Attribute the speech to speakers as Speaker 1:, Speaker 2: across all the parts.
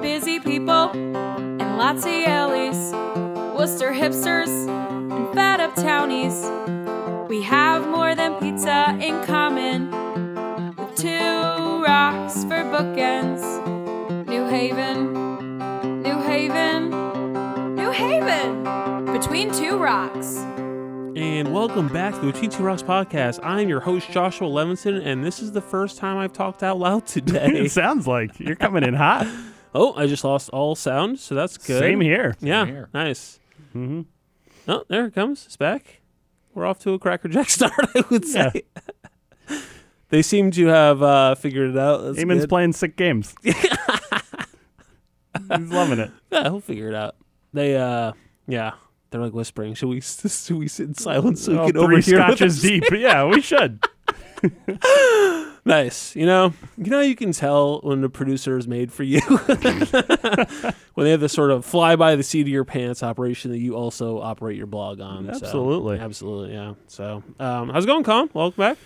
Speaker 1: Busy people and lots of yellies, Worcester hipsters and fat up townies. We have more than pizza in common. With two rocks for bookends. New Haven, New Haven, New Haven! Between two rocks.
Speaker 2: And welcome back to the T Rocks podcast. I'm your host Joshua Levinson, and this is the first time I've talked out loud today.
Speaker 3: It sounds like you're coming in hot.
Speaker 2: oh, I just lost all sound, so that's good.
Speaker 3: Same here.
Speaker 2: Yeah,
Speaker 4: Same here.
Speaker 2: nice. Mm-hmm. Oh, there it comes. It's back. We're off to a crackerjack start, I would say. they seem to have uh, figured it out. That's
Speaker 3: Eamon's
Speaker 2: good.
Speaker 3: playing sick games. He's loving it.
Speaker 2: Yeah, he'll figure it out. They, uh, yeah, they're like whispering. Should we, should we sit in silence so
Speaker 3: All
Speaker 2: we can
Speaker 3: Oh, three
Speaker 2: overhear what
Speaker 3: scotches deep. Yeah, we should.
Speaker 2: Nice. You know, you know, how you can tell when the producer is made for you when they have this sort of fly by the seat of your pants operation that you also operate your blog on. So-
Speaker 3: Absolutely.
Speaker 2: absolutely. Yeah. So, um, how's it going, Colin? Welcome back.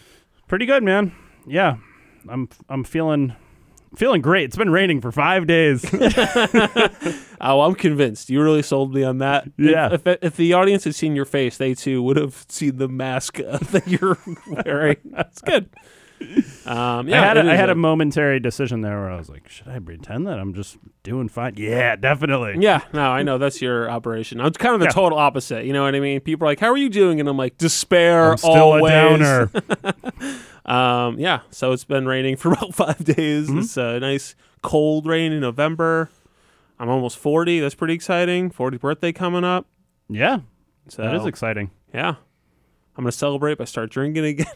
Speaker 3: Pretty good, man. Yeah, I'm. I'm feeling. Feeling great. It's been raining for five days.
Speaker 2: Oh, I'm convinced. You really sold me on that. If-
Speaker 3: Yeah.
Speaker 2: If, if, the audience had seen your face, they too would have seen the mask uh, that you're wearing. That's good. Um, yeah,
Speaker 3: I had,
Speaker 2: it
Speaker 3: a, I
Speaker 2: is
Speaker 3: had
Speaker 2: a-
Speaker 3: a momentary decision there where I was like, should I pretend that I'm just doing fine? Yeah, definitely.
Speaker 2: Yeah, no, I know that's your operation. I'm kind of the
Speaker 3: Yeah.
Speaker 2: total opposite. You know what I mean? People are like, "How are you doing?" And I'm like, "Despair."
Speaker 3: I'm still
Speaker 2: always.
Speaker 3: a downer.
Speaker 2: Um, yeah. So it's been raining for about five days.
Speaker 3: Mm-hmm.
Speaker 2: It's a nice cold rain in November. I'm almost 40. That's pretty exciting. 40 birthday coming up.
Speaker 3: yeah,
Speaker 2: So
Speaker 3: that is exciting.
Speaker 2: yeah. I'm gonna celebrate by start drinking again.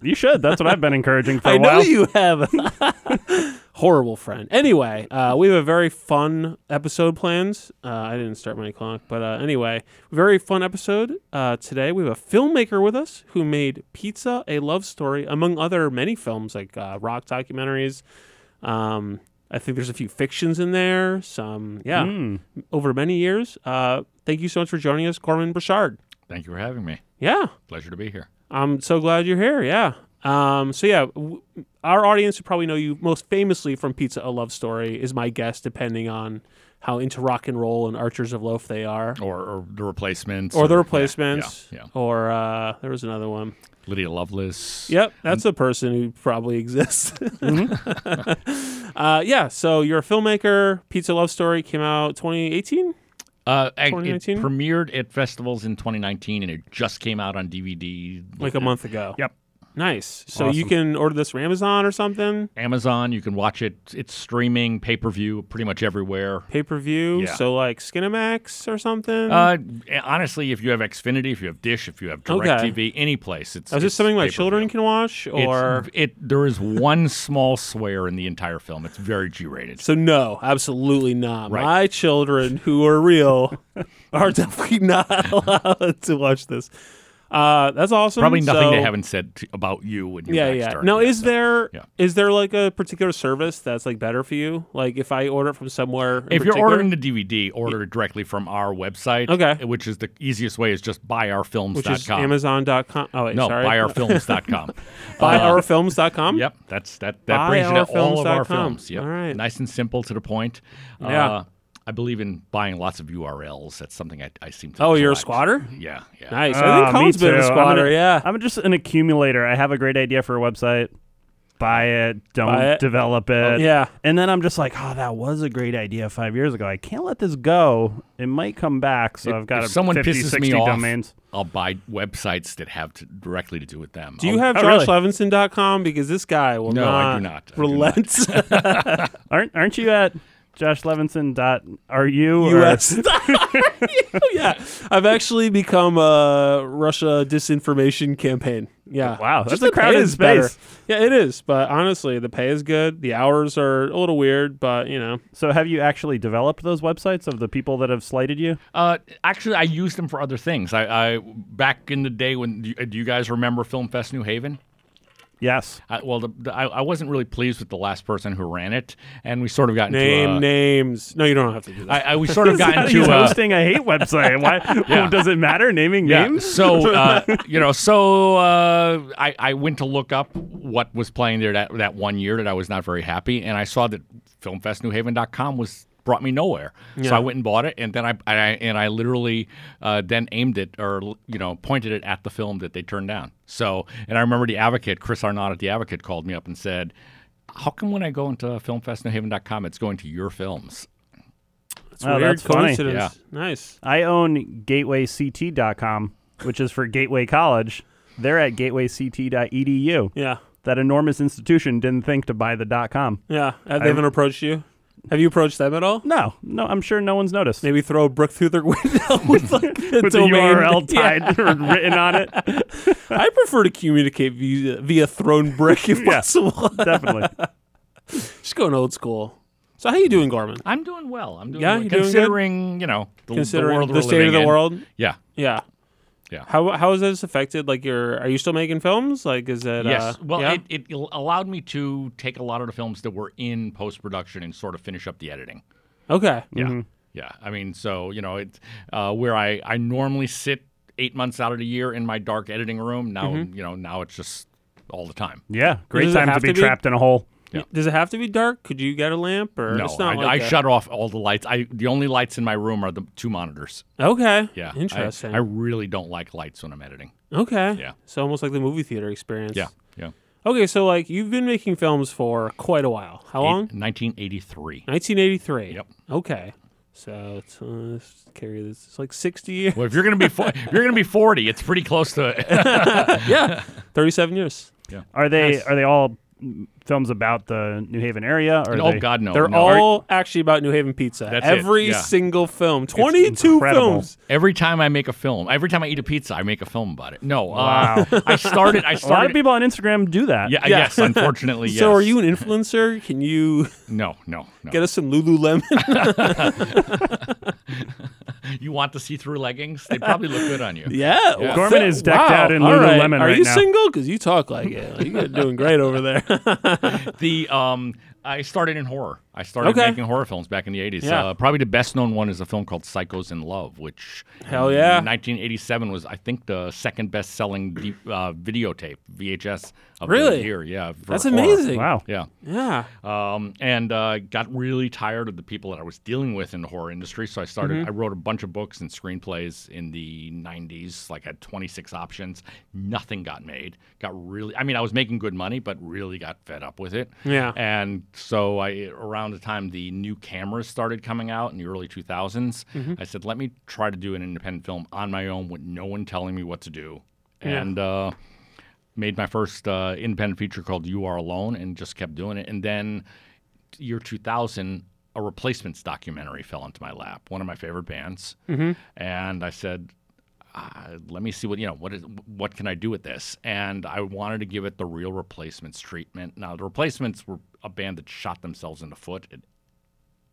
Speaker 3: You should. That's what I've been encouraging for a
Speaker 2: I know
Speaker 3: while.
Speaker 2: you have. Horrible friend. Anyway, uh, we have a very fun episode planned. Uh, I didn't start my clock, but uh, anyway, very fun episode uh, today. We have a filmmaker with us who made Pizza: A Love Story, among other many films like uh, rock documentaries. Um, I think there's a few fictions in there. Some, yeah,
Speaker 3: Mm.
Speaker 2: over many years. Uh, thank you so much for joining us, Corman Burchard.
Speaker 4: Thank you for having me.
Speaker 2: Yeah.
Speaker 4: Pleasure to be here.
Speaker 2: I'm so glad you're here. Yeah. Um, so yeah, w- our audience would probably know you most famously from Pizza a Love Story is my guess, depending on how into rock and roll and Archers of Loaf they are,
Speaker 4: Or, or the replacements.
Speaker 2: or the
Speaker 4: yeah,
Speaker 2: replacements,
Speaker 4: Yeah, yeah.
Speaker 2: or uh, there was another one.
Speaker 4: Lydia Lovelace.
Speaker 2: Yep, that's a person who probably exists.
Speaker 4: Mm-hmm.
Speaker 2: uh, yeah, so you're a filmmaker. Pizza Love Story came out 2018.
Speaker 4: Uh, I- it
Speaker 2: 2019?
Speaker 4: premiered at festivals in 2019, and it just came out on DVD
Speaker 2: Like a month ago.
Speaker 3: Yep.
Speaker 2: Nice. So you
Speaker 3: Awesome.
Speaker 2: can order this from Amazon or something.
Speaker 4: Amazon. You can watch it. It's streaming, pay per view, pretty much everywhere.
Speaker 2: Pay per view.
Speaker 4: Yeah.
Speaker 2: So like Skinamax or something.
Speaker 4: Uh, honestly, if you have Xfinity, if you have Dish, if you have
Speaker 2: Okay.
Speaker 4: DirecTV, any place, it's
Speaker 2: Is this
Speaker 4: it's
Speaker 2: something my
Speaker 4: pay-per-view.
Speaker 2: children can watch,
Speaker 4: It's-
Speaker 2: or
Speaker 4: it? There is one small swear in the entire film. It's very G-rated.
Speaker 2: so? No, absolutely not.
Speaker 4: Right.
Speaker 2: My children, who are real, are definitely not allowed to watch this. Uh, that's awesome.
Speaker 4: Probably nothing
Speaker 2: so,
Speaker 4: they haven't said to, about you when you
Speaker 2: Yeah,
Speaker 4: backstory.
Speaker 2: yeah. Now, is
Speaker 4: so-
Speaker 2: there is
Speaker 4: yeah.
Speaker 2: there like a particular service that's like better for you? Like if I order it from somewhere, in
Speaker 4: If you're
Speaker 2: particular?
Speaker 4: ordering the DVD, order it directly from our website.
Speaker 2: Okay.
Speaker 4: Which is the easiest way is just buyourfilms.com.
Speaker 2: which is Amazon.com. Oh wait,
Speaker 4: No,
Speaker 2: sorry.
Speaker 4: buyourfilms.com.
Speaker 2: uh, buyourfilms.com.
Speaker 4: Uh, Yep, that's that. That brings you to all of our
Speaker 2: buyourfilms.com.
Speaker 4: films. Yep.
Speaker 2: All right.
Speaker 4: Nice and simple to the point.
Speaker 2: Yeah.
Speaker 4: Uh, I believe in buying lots of URLs. That's something I, I seem to.
Speaker 2: Oh, you're a
Speaker 4: collect.
Speaker 2: squatter.
Speaker 4: Yeah, yeah.
Speaker 2: Nice.
Speaker 3: Ah,
Speaker 2: I think
Speaker 3: me
Speaker 2: Colin's been a
Speaker 3: too. I'm
Speaker 2: squatter.
Speaker 3: an-
Speaker 2: yeah.
Speaker 3: I'm just an accumulator. I have a great idea for a website. Buy it. Don't
Speaker 2: Buy it.
Speaker 3: develop
Speaker 4: Oh,
Speaker 3: it.
Speaker 2: yeah.
Speaker 3: And then I'm just like, oh, that was a great idea five years ago. I can't let this go. It might come back. So
Speaker 4: If-
Speaker 3: I've got
Speaker 4: if
Speaker 3: a
Speaker 4: someone
Speaker 3: 50,
Speaker 4: pisses
Speaker 3: 60
Speaker 4: me off,
Speaker 3: domains.
Speaker 4: I'll buy websites that have to, directly to do with them.
Speaker 2: Do you
Speaker 4: I'll-
Speaker 2: have
Speaker 3: oh, really?
Speaker 2: joshlevinson.com? Because this guy will
Speaker 4: No,
Speaker 2: not,
Speaker 4: I do not. I do
Speaker 2: relent.
Speaker 3: Aren't aren't you at joshlevinson.ru? or-
Speaker 2: US. yeah. I've actually become a Russia disinformation campaign. Yeah.
Speaker 3: Wow,
Speaker 2: Just
Speaker 3: that's a
Speaker 2: the pay
Speaker 3: crowded
Speaker 2: is better.
Speaker 3: space.
Speaker 2: Yeah, it is. But honestly, the pay is good. The hours are a little weird, but you know.
Speaker 3: So have you actually developed those websites of the people that have slighted you?
Speaker 4: Uh, actually, I used them for uh, other things. I, I back in the day when do you, do you guys remember Film Fest New Haven?
Speaker 3: Yes.
Speaker 4: I, well, the, the, I, I wasn't really pleased with the last person who ran it, and we sort of got into
Speaker 2: Name
Speaker 4: a,
Speaker 2: names. No, you don't have to do that.
Speaker 4: I, I, we sort of got into
Speaker 3: He's
Speaker 4: a,
Speaker 3: hosting a hate website. Why does it matter naming
Speaker 4: Yeah.
Speaker 3: names?
Speaker 4: So uh, you know, so uh, I I went to look up what was playing there that that one year that I was not very happy, and I saw that filmfestnewhaven.com was brought me nowhere. So I went and bought it, and then I, I and I literally uh, then aimed it or you know pointed it at the film that they turned down. So and I remember the advocate Chris Arnott at the advocate called me up and said. How come when I go into filmfestnewhaven.com, it's going to your films?
Speaker 2: It's
Speaker 3: Oh,
Speaker 2: weird
Speaker 3: that's funny.
Speaker 2: coincidence. Nice.
Speaker 3: I own gatewayct.com, which is for Gateway College. They're at gatewayct.edu.
Speaker 2: Yeah.
Speaker 3: That enormous institution didn't think to buy the dot com.
Speaker 2: Yeah. Uh, They haven't approached you. Have you approached them at all?
Speaker 3: No, no, I'm sure no one's noticed.
Speaker 2: Maybe throw a brick through their window with like the
Speaker 3: With the
Speaker 2: domain.
Speaker 3: URL
Speaker 2: Yeah.
Speaker 3: tied or written on it,
Speaker 2: I prefer to communicate via, via thrown brick if possible.
Speaker 3: definitely.
Speaker 2: Just going old school. So how you doing, Garmin?
Speaker 4: I'm doing well. I'm doing
Speaker 2: Yeah,
Speaker 4: well.
Speaker 2: you're doing good?
Speaker 4: considering you know the,
Speaker 2: Considering
Speaker 4: the world
Speaker 2: the,
Speaker 4: we're
Speaker 2: state of
Speaker 4: living
Speaker 2: the
Speaker 4: in.
Speaker 2: world.
Speaker 4: Yeah,
Speaker 2: Yeah.
Speaker 4: Yeah.
Speaker 2: How how has this affected like your are you still making films? Like is it
Speaker 4: Yes.
Speaker 2: uh,
Speaker 4: well,
Speaker 2: yeah?
Speaker 4: it, it al- allowed me to take a lot of the films that were in post production and sort of finish up the editing.
Speaker 2: Okay.
Speaker 4: Yeah. Yeah. I mean, so, you know, it, uh, where I, I normally sit eight months out of the year in my dark editing room, now, you know, now it's just all the time.
Speaker 3: Yeah, great
Speaker 2: Does it
Speaker 3: time to
Speaker 2: have
Speaker 3: be,
Speaker 2: to be?
Speaker 3: trapped in a hole.
Speaker 2: Does it have to be dark? Could you get a lamp or
Speaker 4: No,
Speaker 2: it's
Speaker 4: I,
Speaker 2: not like
Speaker 4: I
Speaker 2: a-
Speaker 4: shut off all the lights. I the only lights in my room are the two monitors.
Speaker 2: Okay.
Speaker 4: Yeah, I-
Speaker 2: Interesting.
Speaker 4: I, really don't like lights when I'm editing.
Speaker 2: okay.
Speaker 4: Yeah.
Speaker 2: So almost like the movie theater experience.
Speaker 4: Yeah, yeah.
Speaker 2: Okay, so like you've been making films for quite a while. How long?
Speaker 4: Eight- 1983.
Speaker 2: 1983.
Speaker 4: Yep.
Speaker 2: Okay. So it's, uh, let's carry this. It's like 60 years.
Speaker 4: Well, if you're gonna be fo- if you're gonna be 40, it's pretty close to.
Speaker 2: yeah. 37 years.
Speaker 3: Are they
Speaker 2: Nice.
Speaker 3: are they all mm, films about the New Haven area? Or are
Speaker 4: oh
Speaker 3: they-
Speaker 4: God, no.
Speaker 2: They're
Speaker 4: no.
Speaker 2: all actually about New Haven pizza.
Speaker 4: That's it,
Speaker 2: Every
Speaker 4: yeah.
Speaker 2: single film. 22
Speaker 3: incredible.
Speaker 2: films.
Speaker 4: Every time I make a film, every time I eat a pizza, I make a film about it. No,
Speaker 3: Wow.
Speaker 4: uh, I started.
Speaker 3: A
Speaker 4: I
Speaker 3: lot of
Speaker 4: started.
Speaker 3: people on Instagram do that.
Speaker 4: Yeah, yes, unfortunately, yes.
Speaker 2: So are you an influencer? Can you
Speaker 4: No, no, no.
Speaker 2: get us some Lululemon?
Speaker 4: you want the see-through leggings? They probably look good on you.
Speaker 2: yeah.
Speaker 4: Yeah.
Speaker 2: well,
Speaker 3: Gorman
Speaker 2: so-
Speaker 3: is decked out in
Speaker 2: all right.
Speaker 3: Lululemon
Speaker 2: Are
Speaker 3: right
Speaker 2: you
Speaker 3: now.
Speaker 2: single? Because you talk like it. Like, you're doing great over there.
Speaker 4: The um, I started in horror. I started
Speaker 2: Okay.
Speaker 4: making horror films back in the '80s.
Speaker 2: Yeah.
Speaker 4: Uh, probably the best-known one is a film called Psychos in Love, which
Speaker 2: Hell
Speaker 4: in
Speaker 2: yeah.
Speaker 4: 1987 was I think the second best-selling deep, uh, videotape VHS of
Speaker 2: Really?
Speaker 4: the year. Yeah, for
Speaker 2: That's
Speaker 4: horror.
Speaker 2: amazing.
Speaker 3: Wow.
Speaker 4: Yeah.
Speaker 2: Yeah.
Speaker 4: um, and uh, got really tired of the people that I was dealing with in the horror industry. So I started.
Speaker 2: Mm-hmm.
Speaker 4: I wrote a bunch of books and screenplays in the '90s. Like had 26 options. Nothing got made. Got really. I mean, I was making good money, but really got fed up with it.
Speaker 2: Yeah.
Speaker 4: And so I, around the time the new cameras started coming out in the early 2000s,
Speaker 2: Mm-hmm.
Speaker 4: I said, let me try to do an independent film on my own with no one telling me what to do.
Speaker 2: Yeah.
Speaker 4: And uh, made my first uh, independent feature called You Are Alone and just kept doing it. And then year 2000, a replacements documentary fell into my lap, one of my favorite bands. And I said, uh, let me see what you know what is what can I do with this and I wanted to give it the real replacements treatment now the replacements were a band that shot themselves in the foot at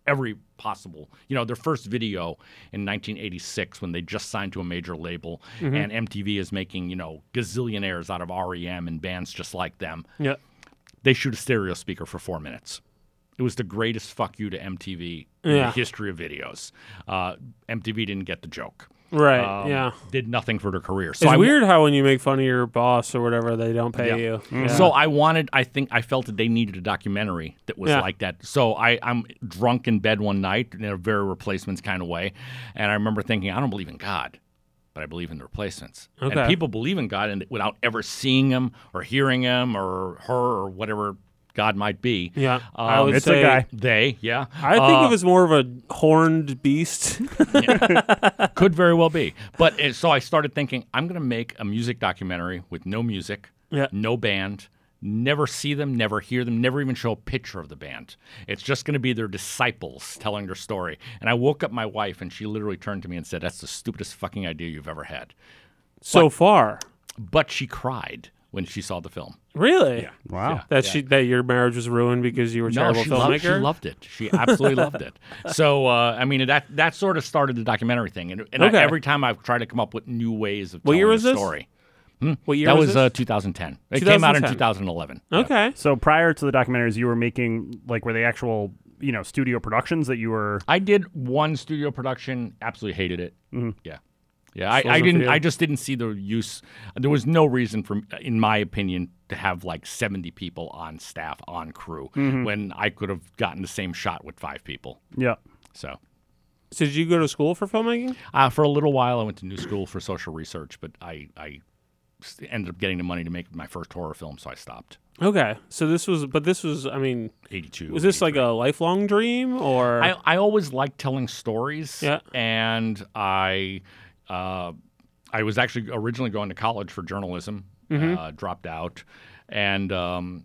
Speaker 4: every possible you know their first video in 1986 when they just signed to a major label
Speaker 2: Mm-hmm.
Speaker 4: and MTV is making you know gazillionaires out of REM and bands just like them
Speaker 2: Yeah.
Speaker 4: they shoot a stereo speaker for four minutes. It was the greatest fuck you to MTV in
Speaker 2: Yeah.
Speaker 4: the history of videos. Uh, MTV didn't get the joke.
Speaker 2: Right.
Speaker 4: Um,
Speaker 2: yeah.
Speaker 4: Did nothing for their career. So
Speaker 2: It's
Speaker 4: I,
Speaker 2: weird how when you make fun of your boss or whatever, they don't pay
Speaker 4: Yeah. Mm.
Speaker 2: you. Yeah.
Speaker 4: So I wanted. I think I felt that they needed a documentary that was
Speaker 2: Yeah.
Speaker 4: like that. So I, I'm drunk in bed one night in a very replacements kind of way, and I remember thinking, I don't believe in God, but I believe in the replacements.
Speaker 2: Okay.
Speaker 4: And people believe in God, and without ever seeing him or hearing him or her or whatever God might be.
Speaker 2: Yeah, I
Speaker 4: Um,
Speaker 2: would
Speaker 3: It's a
Speaker 2: say.
Speaker 3: guy.
Speaker 4: They, yeah.
Speaker 2: I think
Speaker 4: Uh,
Speaker 2: of it as more of a horned beast.
Speaker 4: Could very well be. But uh, so I started thinking, I'm going to make a music documentary with no music,
Speaker 2: Yeah.
Speaker 4: no band, never see them, never hear them, never even show a picture of the band. It's just going to be their disciples telling their story. And I woke up my wife, and she literally turned to me and said, That's the stupidest fucking idea you've ever had.
Speaker 2: so far,
Speaker 4: But she cried when she saw the film.
Speaker 2: really?
Speaker 3: Wow.
Speaker 2: That she that your marriage was ruined because you were a terrible
Speaker 4: she Loved, she
Speaker 2: filmmaker.
Speaker 4: loved it. She absolutely loved it. So uh, I mean, that that sort of started the documentary thing, and, and I-
Speaker 2: Okay.
Speaker 4: every time I've tried to come up with new ways of
Speaker 2: What
Speaker 4: telling
Speaker 2: year was
Speaker 4: the
Speaker 2: this?
Speaker 4: story.
Speaker 2: What year
Speaker 4: that
Speaker 2: was
Speaker 4: was uh,
Speaker 2: this?
Speaker 4: 2010. It came out in
Speaker 2: 2010.
Speaker 4: 2011.
Speaker 2: Okay.
Speaker 3: So prior to the documentaries, you were making like were they actual you know studio productions that you were?
Speaker 4: I did one studio production. Absolutely hated it.
Speaker 2: Mm-hmm.
Speaker 4: Yeah, yeah. I,
Speaker 2: Just
Speaker 4: I
Speaker 2: wasn't for
Speaker 4: didn't.
Speaker 2: you.
Speaker 4: I just didn't see the use. There was no reason for, in my opinion, to have like seventy people on staff on crew
Speaker 2: Mm-hmm.
Speaker 4: when I could have gotten the same shot with five people.
Speaker 3: Yeah.
Speaker 4: So.
Speaker 2: So did you go to school for filmmaking?
Speaker 4: Uh, for a little while, I went to New School for Social Research, but I, I s- ended up getting the money to make my first horror film, so I stopped.
Speaker 2: Okay. So this was, but this was, I mean,
Speaker 4: 82.
Speaker 2: was this like a lifelong dream or?
Speaker 4: I, I always liked telling stories.
Speaker 2: Yeah.
Speaker 4: And I, uh, I was actually originally going to college for journalism,
Speaker 2: Mm-hmm.
Speaker 4: uh, dropped out, and um,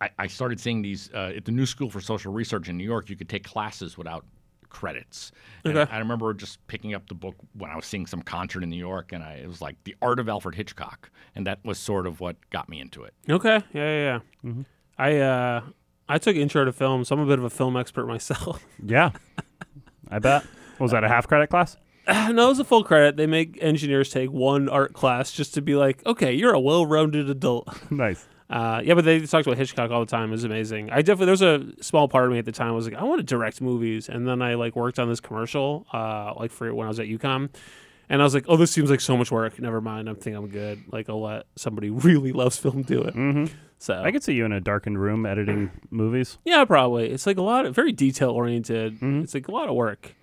Speaker 4: I, I started seeing these uh, at the New School for Social Research in New York. You could take classes without credits. And
Speaker 2: Okay.
Speaker 4: I remember just picking up the book when I was seeing some concert in New York, and I, it was like The Art of Alfred Hitchcock, and that was sort of what got me into it.
Speaker 2: okay. Yeah, yeah, yeah.
Speaker 4: Mm-hmm.
Speaker 2: I, uh, I took intro to film, so I'm a bit of a film expert myself.
Speaker 3: Yeah. I bet. Was that a half credit class?
Speaker 2: no, it was a full credit. They make engineers take one art class just to be like, okay, you're a well-rounded adult.
Speaker 3: nice.
Speaker 2: Uh, yeah, but they talked about Hitchcock all the time. It was amazing. I definitely there's a small part of me at the time was like, I want to direct movies, and then I like worked on this commercial, uh, like for when I was at UConn, and I was like, oh, this seems like so much work. Never mind, I'm think I'm good. Like I'll let somebody who really loves film do it. Mm-hmm. So
Speaker 3: I could see you in a darkened room editing movies.
Speaker 2: yeah, probably it's like a lot of very detail oriented. It's like a lot of work.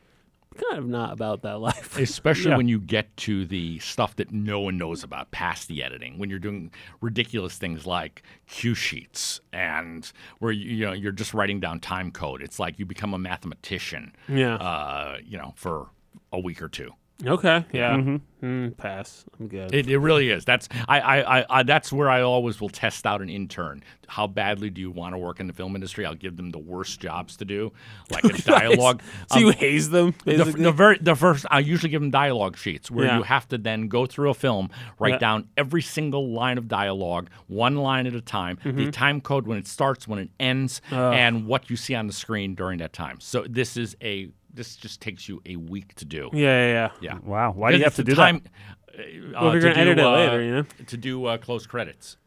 Speaker 2: Kind of not about that life.
Speaker 4: especially
Speaker 3: Yeah.
Speaker 4: when you get to the stuff that no one knows about past the editing when you're doing ridiculous things like cue sheets and where you, you know you're just writing down time code it's like you become a mathematician
Speaker 2: Yeah.
Speaker 4: uh, you know for a week or two
Speaker 2: okay. Yeah. Mm, pass. I'm good.
Speaker 4: it, it really is that's I, I, I, I that's where i always will test out an intern how badly do you want to work in the film industry i'll give them the worst jobs to do like a dialogue
Speaker 2: So you haze them.
Speaker 4: the,
Speaker 2: Basically?
Speaker 4: the, very, the first, I usually give them dialogue sheets where
Speaker 2: Yeah.
Speaker 4: you have to then go through a film, write
Speaker 2: Yeah.
Speaker 4: down every single line of dialogue, one line at a time,
Speaker 2: Mm-hmm.
Speaker 4: the time code when it starts, when it ends, and what you see on the screen during that time. So this is a this just takes you a week to do.
Speaker 2: yeah, yeah, yeah.
Speaker 4: Yeah.
Speaker 3: Wow. Why do you have to do
Speaker 4: that?
Speaker 2: Well, if you're gonna edit it later, you know?
Speaker 4: uh, to do uh, close credits,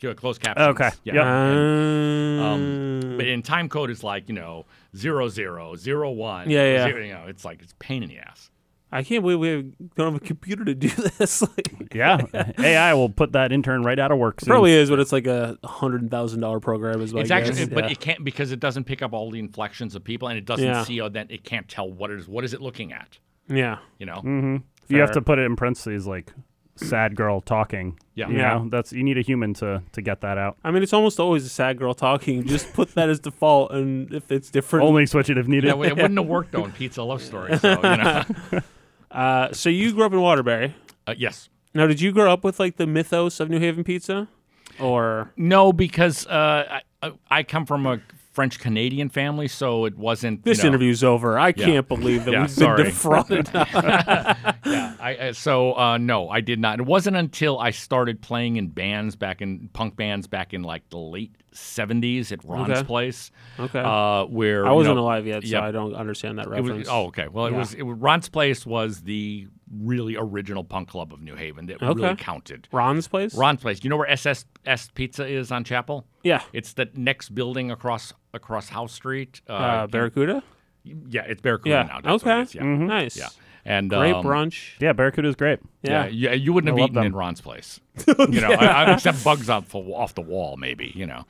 Speaker 4: to, uh, close
Speaker 3: that?
Speaker 4: captions.
Speaker 3: Okay.
Speaker 4: Yeah.
Speaker 3: Yep.
Speaker 2: Um,
Speaker 4: But in time code, it's like you know zero zero zero one.
Speaker 2: Yeah, yeah.
Speaker 4: zero- you know, it's like it's a pain in the ass.
Speaker 2: I can't believe we have, don't have a computer to do this. like,
Speaker 3: yeah. AI will put that intern right out of work soon.
Speaker 2: probably is, but it's like a hundred thousand dollar program. Is what
Speaker 4: It's
Speaker 2: I
Speaker 4: actually,
Speaker 2: guess.
Speaker 4: but
Speaker 2: Yeah.
Speaker 4: it can't because it doesn't pick up all the inflections of people, and it doesn't
Speaker 2: Yeah.
Speaker 4: see or that it can't tell what it is. What is it looking at?
Speaker 2: yeah,
Speaker 4: You know,
Speaker 2: Mm-hmm.
Speaker 3: You have
Speaker 2: fair.
Speaker 3: to put it in parentheses like sad girl talking.
Speaker 4: Yeah.
Speaker 3: You
Speaker 2: Yeah.
Speaker 3: know, that's you need a human to to get that out.
Speaker 2: I mean, it's almost always a sad girl talking. Just put that as default, and if it's different,
Speaker 3: Only switch it if needed.
Speaker 4: yeah, well, it wouldn't have worked though in Pizza Love Story. So you know,
Speaker 2: uh, so you grew up in Waterbury.
Speaker 4: uh, yes,
Speaker 2: Now, did you grow up with like the mythos of New Haven pizza, or
Speaker 4: no, because uh, I, I come from a French Canadian family, so it wasn't
Speaker 2: this
Speaker 4: you know,
Speaker 2: interview's over? I can't believe that
Speaker 4: Yeah,
Speaker 2: we've
Speaker 4: sorry.
Speaker 2: been defrauded.
Speaker 4: Yeah, I, I, so uh, no, I did not. It wasn't until I started playing in bands back in punk bands back in like the late '70s at Ron's
Speaker 2: Okay.
Speaker 4: place.
Speaker 2: Okay.
Speaker 4: uh, where
Speaker 2: I
Speaker 4: you
Speaker 2: wasn't
Speaker 4: know,
Speaker 2: alive yet, so
Speaker 4: yeah.
Speaker 2: I don't understand that
Speaker 4: It
Speaker 2: reference.
Speaker 4: was, oh, okay. Well, it
Speaker 2: Yeah.
Speaker 4: was, it was Ron's Place was the really original punk club of New Haven that
Speaker 2: Okay.
Speaker 4: really counted.
Speaker 2: Ron's place.
Speaker 4: Ron's Place. You know where SSS Pizza is on Chapel?
Speaker 2: Yeah.
Speaker 4: It's the next building across across House Street. Uh,
Speaker 2: Uh, Barracuda.
Speaker 4: yeah, it's Barracuda
Speaker 2: Yeah.
Speaker 4: now. That's what
Speaker 2: okay.
Speaker 4: it is, Yeah.
Speaker 2: Nice.
Speaker 4: yeah. And
Speaker 2: Great
Speaker 4: um,
Speaker 2: brunch.
Speaker 3: yeah, Barracuda's great.
Speaker 4: Yeah.
Speaker 2: yeah.
Speaker 4: you, you wouldn't
Speaker 3: I
Speaker 4: have
Speaker 3: love
Speaker 4: eaten
Speaker 3: them.
Speaker 4: in Ron's place, you know, I, I, except bugs off the, off the wall, maybe. You know,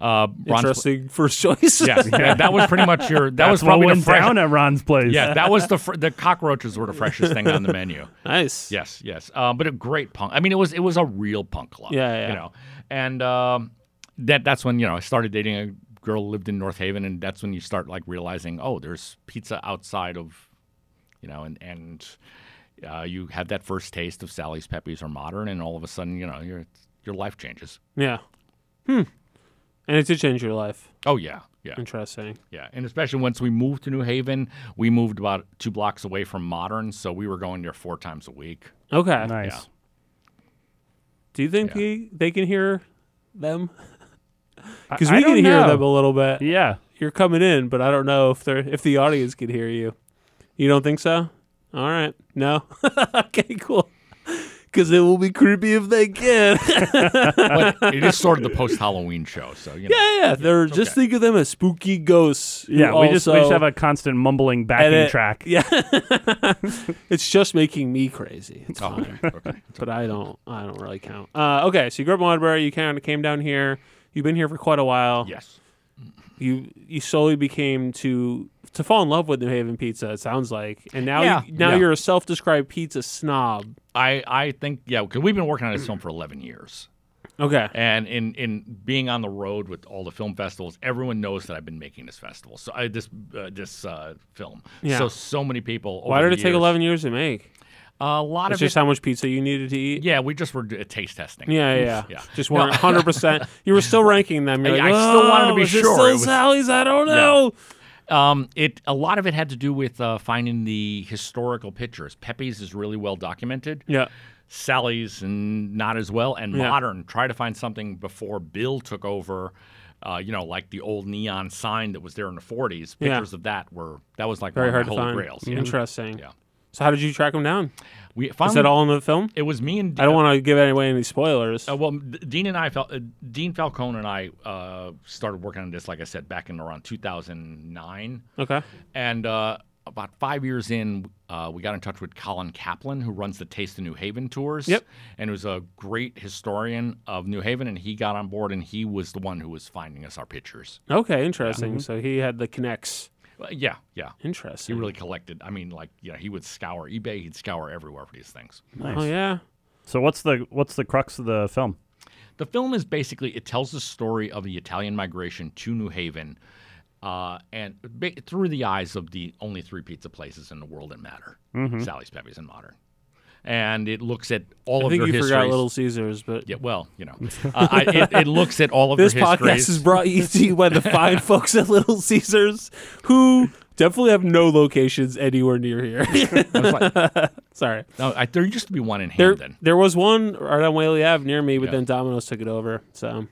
Speaker 4: uh, Ron's. Pla-
Speaker 2: Interesting first choice.
Speaker 4: yeah, that- that was pretty much your. That was
Speaker 3: That's what
Speaker 4: probably the
Speaker 3: went
Speaker 4: fresh-
Speaker 3: down at Ron's place.
Speaker 4: Yeah, that was the fr- the cockroaches were the freshest thing on the menu.
Speaker 2: nice.
Speaker 4: Yes, yes. Um, but a great punk. I mean, it was it was a real punk club.
Speaker 2: Yeah, yeah, yeah.
Speaker 4: You know, and um, that that's when you know I started dating a girl who lived in North Haven, and that's when you start like realizing, oh, there's pizza outside of, you know, and and uh, you have that first taste of Sally's Pepe's or Modern, and all of a sudden, you know, your your life changes.
Speaker 2: Yeah. Hmm. And it did change your life.
Speaker 4: Oh yeah, yeah.
Speaker 2: Mm. Interesting.
Speaker 4: Yeah, and especially once we moved to New Haven, we moved about two blocks away from Modern, so we were going there four times a week.
Speaker 2: Okay.
Speaker 3: Nice.
Speaker 4: Yeah.
Speaker 2: Do you think
Speaker 4: Yeah.
Speaker 2: he, they can hear them?
Speaker 3: I-
Speaker 2: Because
Speaker 3: I
Speaker 2: we can
Speaker 3: don't
Speaker 2: hear
Speaker 3: know.
Speaker 2: them a little bit.
Speaker 3: Yeah.
Speaker 2: You're coming in, but I don't know if they're if the audience can hear you. You don't think so? All right. No. okay. Cool. because it will be creepy if they can.
Speaker 4: but it is sort of the post Halloween show. So you know.
Speaker 2: yeah, yeah. They're just think of them as spooky ghosts. who
Speaker 3: Yeah, we just we
Speaker 2: also
Speaker 3: just have a constant mumbling backing
Speaker 2: edit-
Speaker 3: track.
Speaker 2: Yeah, it's just making me crazy. It's
Speaker 4: Oh,
Speaker 2: fine.
Speaker 4: okay, okay.
Speaker 2: but I don't I don't really count. Uh, okay, so you grew up in Waterbury. You kind of came down here. You've been here for quite a while.
Speaker 4: Yes.
Speaker 2: You you slowly became to to fall in love with New Haven pizza. It sounds like, and now
Speaker 4: Yeah.
Speaker 2: you, now
Speaker 4: Yeah.
Speaker 2: you're a self described pizza snob.
Speaker 4: I, I think, yeah, because we've been working on this film for 11 years.
Speaker 2: Okay.
Speaker 4: And in, in being on the road with all the film festivals, everyone knows that I've been making this festival. So I, this uh, this uh, film.
Speaker 2: Yeah.
Speaker 4: So so many people.
Speaker 2: Why
Speaker 4: over
Speaker 2: did it
Speaker 4: the
Speaker 2: take
Speaker 4: years-
Speaker 2: 11 years to make?
Speaker 4: A lot
Speaker 2: It's
Speaker 4: of
Speaker 2: just how much pizza you needed to eat.
Speaker 4: it. Yeah, we just were d- uh, taste testing.
Speaker 2: Yeah, yeah, yeah.
Speaker 4: Yeah.
Speaker 2: Just weren't 100%. You were still ranking them. You're
Speaker 4: I-
Speaker 2: like,
Speaker 4: I still wanted to
Speaker 2: "Oh,
Speaker 4: be
Speaker 2: is this
Speaker 4: sure.
Speaker 2: still
Speaker 4: It was-
Speaker 2: Sally's? I don't know.
Speaker 4: Um, it a lot of it had to do with uh, finding the historical pictures. Pepe's is really well documented.
Speaker 2: Yeah.
Speaker 4: Sally's and not as well, and
Speaker 2: Yeah.
Speaker 4: modern. Try to find something before Bill took over. Uh, you know, like the old neon sign that was there in the '40s. Pictures
Speaker 2: Yeah.
Speaker 4: of that were that was like
Speaker 2: Very
Speaker 4: one
Speaker 2: hard
Speaker 4: of
Speaker 2: to
Speaker 4: the holy
Speaker 2: find.
Speaker 4: grails. Yeah.
Speaker 2: Interesting.
Speaker 4: Yeah. Um,
Speaker 2: So how did you track them down?
Speaker 4: We
Speaker 2: Is
Speaker 4: finally.
Speaker 2: that all in the film?
Speaker 4: It was me and
Speaker 2: I don't want to give away any spoilers.
Speaker 4: Uh, well, D- Dean and I, Fal- uh, Dean Falcone and I, uh, started working on this. Like I said, back in around 2009.
Speaker 2: Okay.
Speaker 4: And uh, about five years in, uh, we got in touch with Colin Kaplan, who runs the Taste of New Haven tours.
Speaker 2: Yep.
Speaker 4: And who's a great historian of New Haven. And he got on board and he was the one who was finding us our pictures.
Speaker 2: Okay, interesting. So he had the connects.
Speaker 4: Uh, yeah, yeah. He
Speaker 2: Interesting.
Speaker 4: really collected. I mean, like, yeah, he would scour eBay, he'd scour everywhere for these things.
Speaker 2: Oh yeah.
Speaker 3: So what's the what's the crux of the film?
Speaker 4: The film is basically it tells the story of the Italian migration to New Haven, uh, and ba- through the eyes of the only three pizza places in the world that matter: Sally's, Pepe's, and Modern. And it looks at
Speaker 2: I
Speaker 4: all of
Speaker 2: think
Speaker 4: your
Speaker 2: you forgot
Speaker 4: histories.
Speaker 2: Little Caesars, but
Speaker 4: Yeah, well, you know, uh, I, it, it looks at all of
Speaker 2: this
Speaker 4: your
Speaker 2: podcast
Speaker 4: histories.
Speaker 2: is brought you to you by the fine folks at Little Caesars, who definitely have no locations anywhere near here.
Speaker 4: I was like,
Speaker 2: Sorry.
Speaker 4: no, I, there used to be one in
Speaker 2: There,
Speaker 4: Hamden.
Speaker 2: there was one right on Whaley Ave near me, but
Speaker 4: Yeah.
Speaker 2: then Domino's took it over. So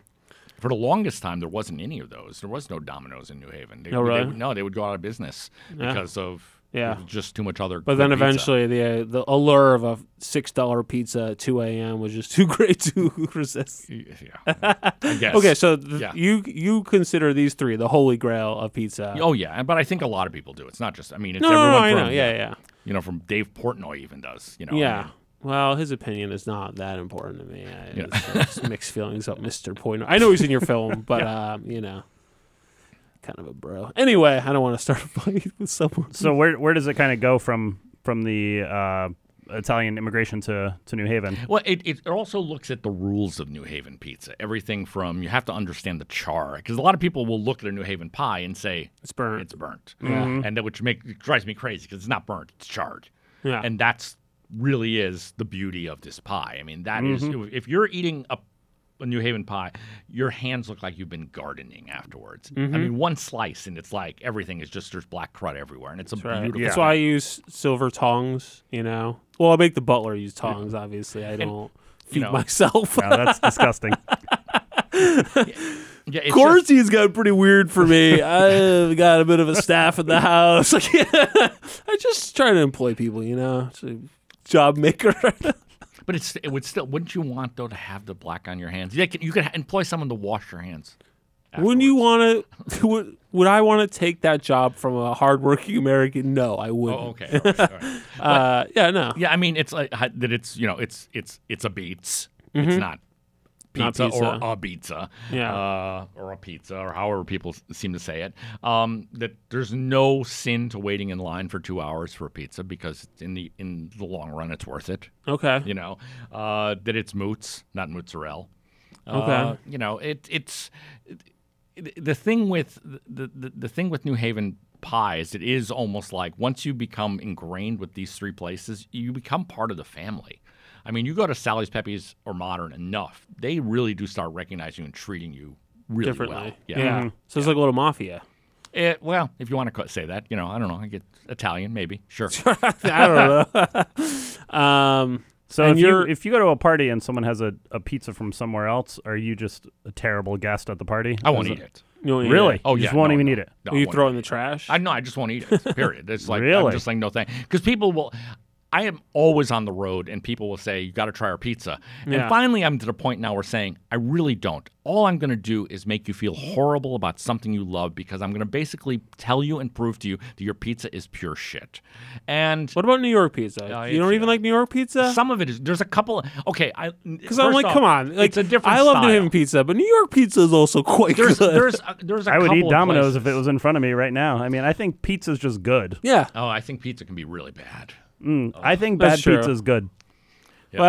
Speaker 4: For the longest time, there wasn't any of those. There was no Domino's in New Haven. They,
Speaker 2: Oh,
Speaker 4: they
Speaker 2: really?
Speaker 4: would- no, they would go out of business because of
Speaker 2: Yeah.
Speaker 4: just too much other.
Speaker 2: But then
Speaker 4: good pizza.
Speaker 2: eventually, the uh, the allure of a six dollar pizza at two a.m. was just too great to resist.
Speaker 4: yeah, I guess.
Speaker 2: Okay, so th-
Speaker 4: Yeah.
Speaker 2: you you consider these three the holy grail of pizza?
Speaker 4: Oh yeah, and- but I think a lot of people do. It's not just. I mean, it's
Speaker 2: no, no,
Speaker 4: everyone
Speaker 2: no, I
Speaker 4: from
Speaker 2: know. Yeah, yeah,
Speaker 4: you know from Dave Portnoy even does. You know, I
Speaker 2: Oh, yeah.
Speaker 4: mean,
Speaker 2: Well, his opinion is not that important to me. I
Speaker 4: Yeah.
Speaker 2: it's- it's mixed feelings about Mister Portnoy. I know he's in your film, but um, you know, kind of a bro. Anyway, I don't want to start a fight with someone.
Speaker 3: So where where does it kind of go from from the uh, Italian immigration to to New Haven?
Speaker 4: Well, it, it also looks at the rules of New Haven pizza. Everything from you have to understand the char because a lot of people will look at a New Haven pie and say
Speaker 2: It's burnt. Mm-hmm.
Speaker 4: it's burnt, and that which make, drives me crazy because it's not burnt; it's charred.
Speaker 2: Yeah.
Speaker 4: and that's really is the beauty of this pie. I mean, that is if you're eating a, a New Haven pie, your hands look like you've been gardening afterwards. I mean, one slice and it's like everything is just there's black crud everywhere, and it's a beautiful.
Speaker 2: That's
Speaker 3: Yeah.
Speaker 2: why I use silver tongs, you know. Well, I make the butler use tongs, obviously. I don't feed
Speaker 4: know.
Speaker 2: myself.
Speaker 3: Wow, that's disgusting.
Speaker 4: Yeah, it's just-
Speaker 2: Quarantine's got pretty weird for me. I've got a bit of a staff in the house. Like, I just try to employ people, you know. It's a job maker.
Speaker 4: but it's it would still wouldn't you want though to have the black on your hands? Yeah, can, you could employ someone to wash your hands.
Speaker 2: Wouldn't you want to? Would, would I want to take that job from a hardworking American? No, I wouldn't.
Speaker 4: Oh, okay. all right, all right.
Speaker 2: Uh, yeah, no.
Speaker 4: Yeah, I mean it's like hi- that. It's you know it's it's it's a beats. It's not
Speaker 2: Mm-hmm. Not
Speaker 4: pizza, or
Speaker 2: pizza.
Speaker 4: a pizza,
Speaker 2: Yeah.
Speaker 4: uh, or a pizza, or however people s- seem to say it. Um, that there's no sin to waiting in line for two hours for a pizza because in the in the long run it's worth it.
Speaker 2: Okay.
Speaker 4: You know uh, that it's moots, not mozzarella.
Speaker 2: Okay.
Speaker 4: Uh, you know it it's it, the thing with the, the the thing with New Haven pie is it is almost like once you become ingrained with these three places, you become part of the family. I mean, you go to Sally's, Pepe's, or Modern enough, they really do start recognizing you and treating you really
Speaker 2: Differently.
Speaker 4: well.
Speaker 2: yeah. So it's like a little mafia.
Speaker 4: Eh, well, if you want to say that, you know, I don't know. I get Italian, maybe. Sure.
Speaker 2: I don't know. um,
Speaker 3: So
Speaker 2: And
Speaker 3: if you
Speaker 2: you're-
Speaker 3: if you go to a party and someone has a, a pizza from somewhere else, are you just a terrible guest at the party?
Speaker 4: I won't
Speaker 3: Is
Speaker 4: eat it.
Speaker 2: you won't eat
Speaker 3: Really?
Speaker 2: it.
Speaker 4: Oh,
Speaker 3: You
Speaker 4: yeah.
Speaker 3: just won't
Speaker 4: no,
Speaker 3: even
Speaker 4: no.
Speaker 3: eat it.
Speaker 4: No, I
Speaker 2: you
Speaker 4: won't
Speaker 2: throw
Speaker 4: eat
Speaker 2: in the trash?
Speaker 4: I no, I just won't eat it. Period. It's like I'm
Speaker 3: Really?
Speaker 4: just like no thing because people will. I am always on the road, and people will say, You got to try our pizza.
Speaker 2: Yeah.
Speaker 4: And finally, I'm to the point now where saying, I really don't. All I'm going to do is make you feel horrible about something you love because I'm going to basically tell you and prove to you that your pizza is pure shit. And
Speaker 2: What about New York pizza?
Speaker 4: I
Speaker 2: you don't
Speaker 4: hate
Speaker 2: even like New York pizza?
Speaker 4: some of it is, there's a couple, okay. Because
Speaker 2: Because I'm like, come on, like
Speaker 4: it's a different
Speaker 2: I love New
Speaker 4: style.
Speaker 2: Haven pizza, but New York pizza is also quite
Speaker 4: There's,
Speaker 2: good.
Speaker 4: there's, a, there's a
Speaker 3: I would
Speaker 4: couple
Speaker 3: eat
Speaker 4: of
Speaker 3: Domino's if
Speaker 4: places.
Speaker 3: it was in front of me right now. I mean, I think pizza's just good.
Speaker 2: yeah.
Speaker 4: Oh, I think pizza can be really bad.
Speaker 3: I think
Speaker 2: That's
Speaker 3: bad
Speaker 2: true.
Speaker 3: pizza's good.
Speaker 4: Yeah, I-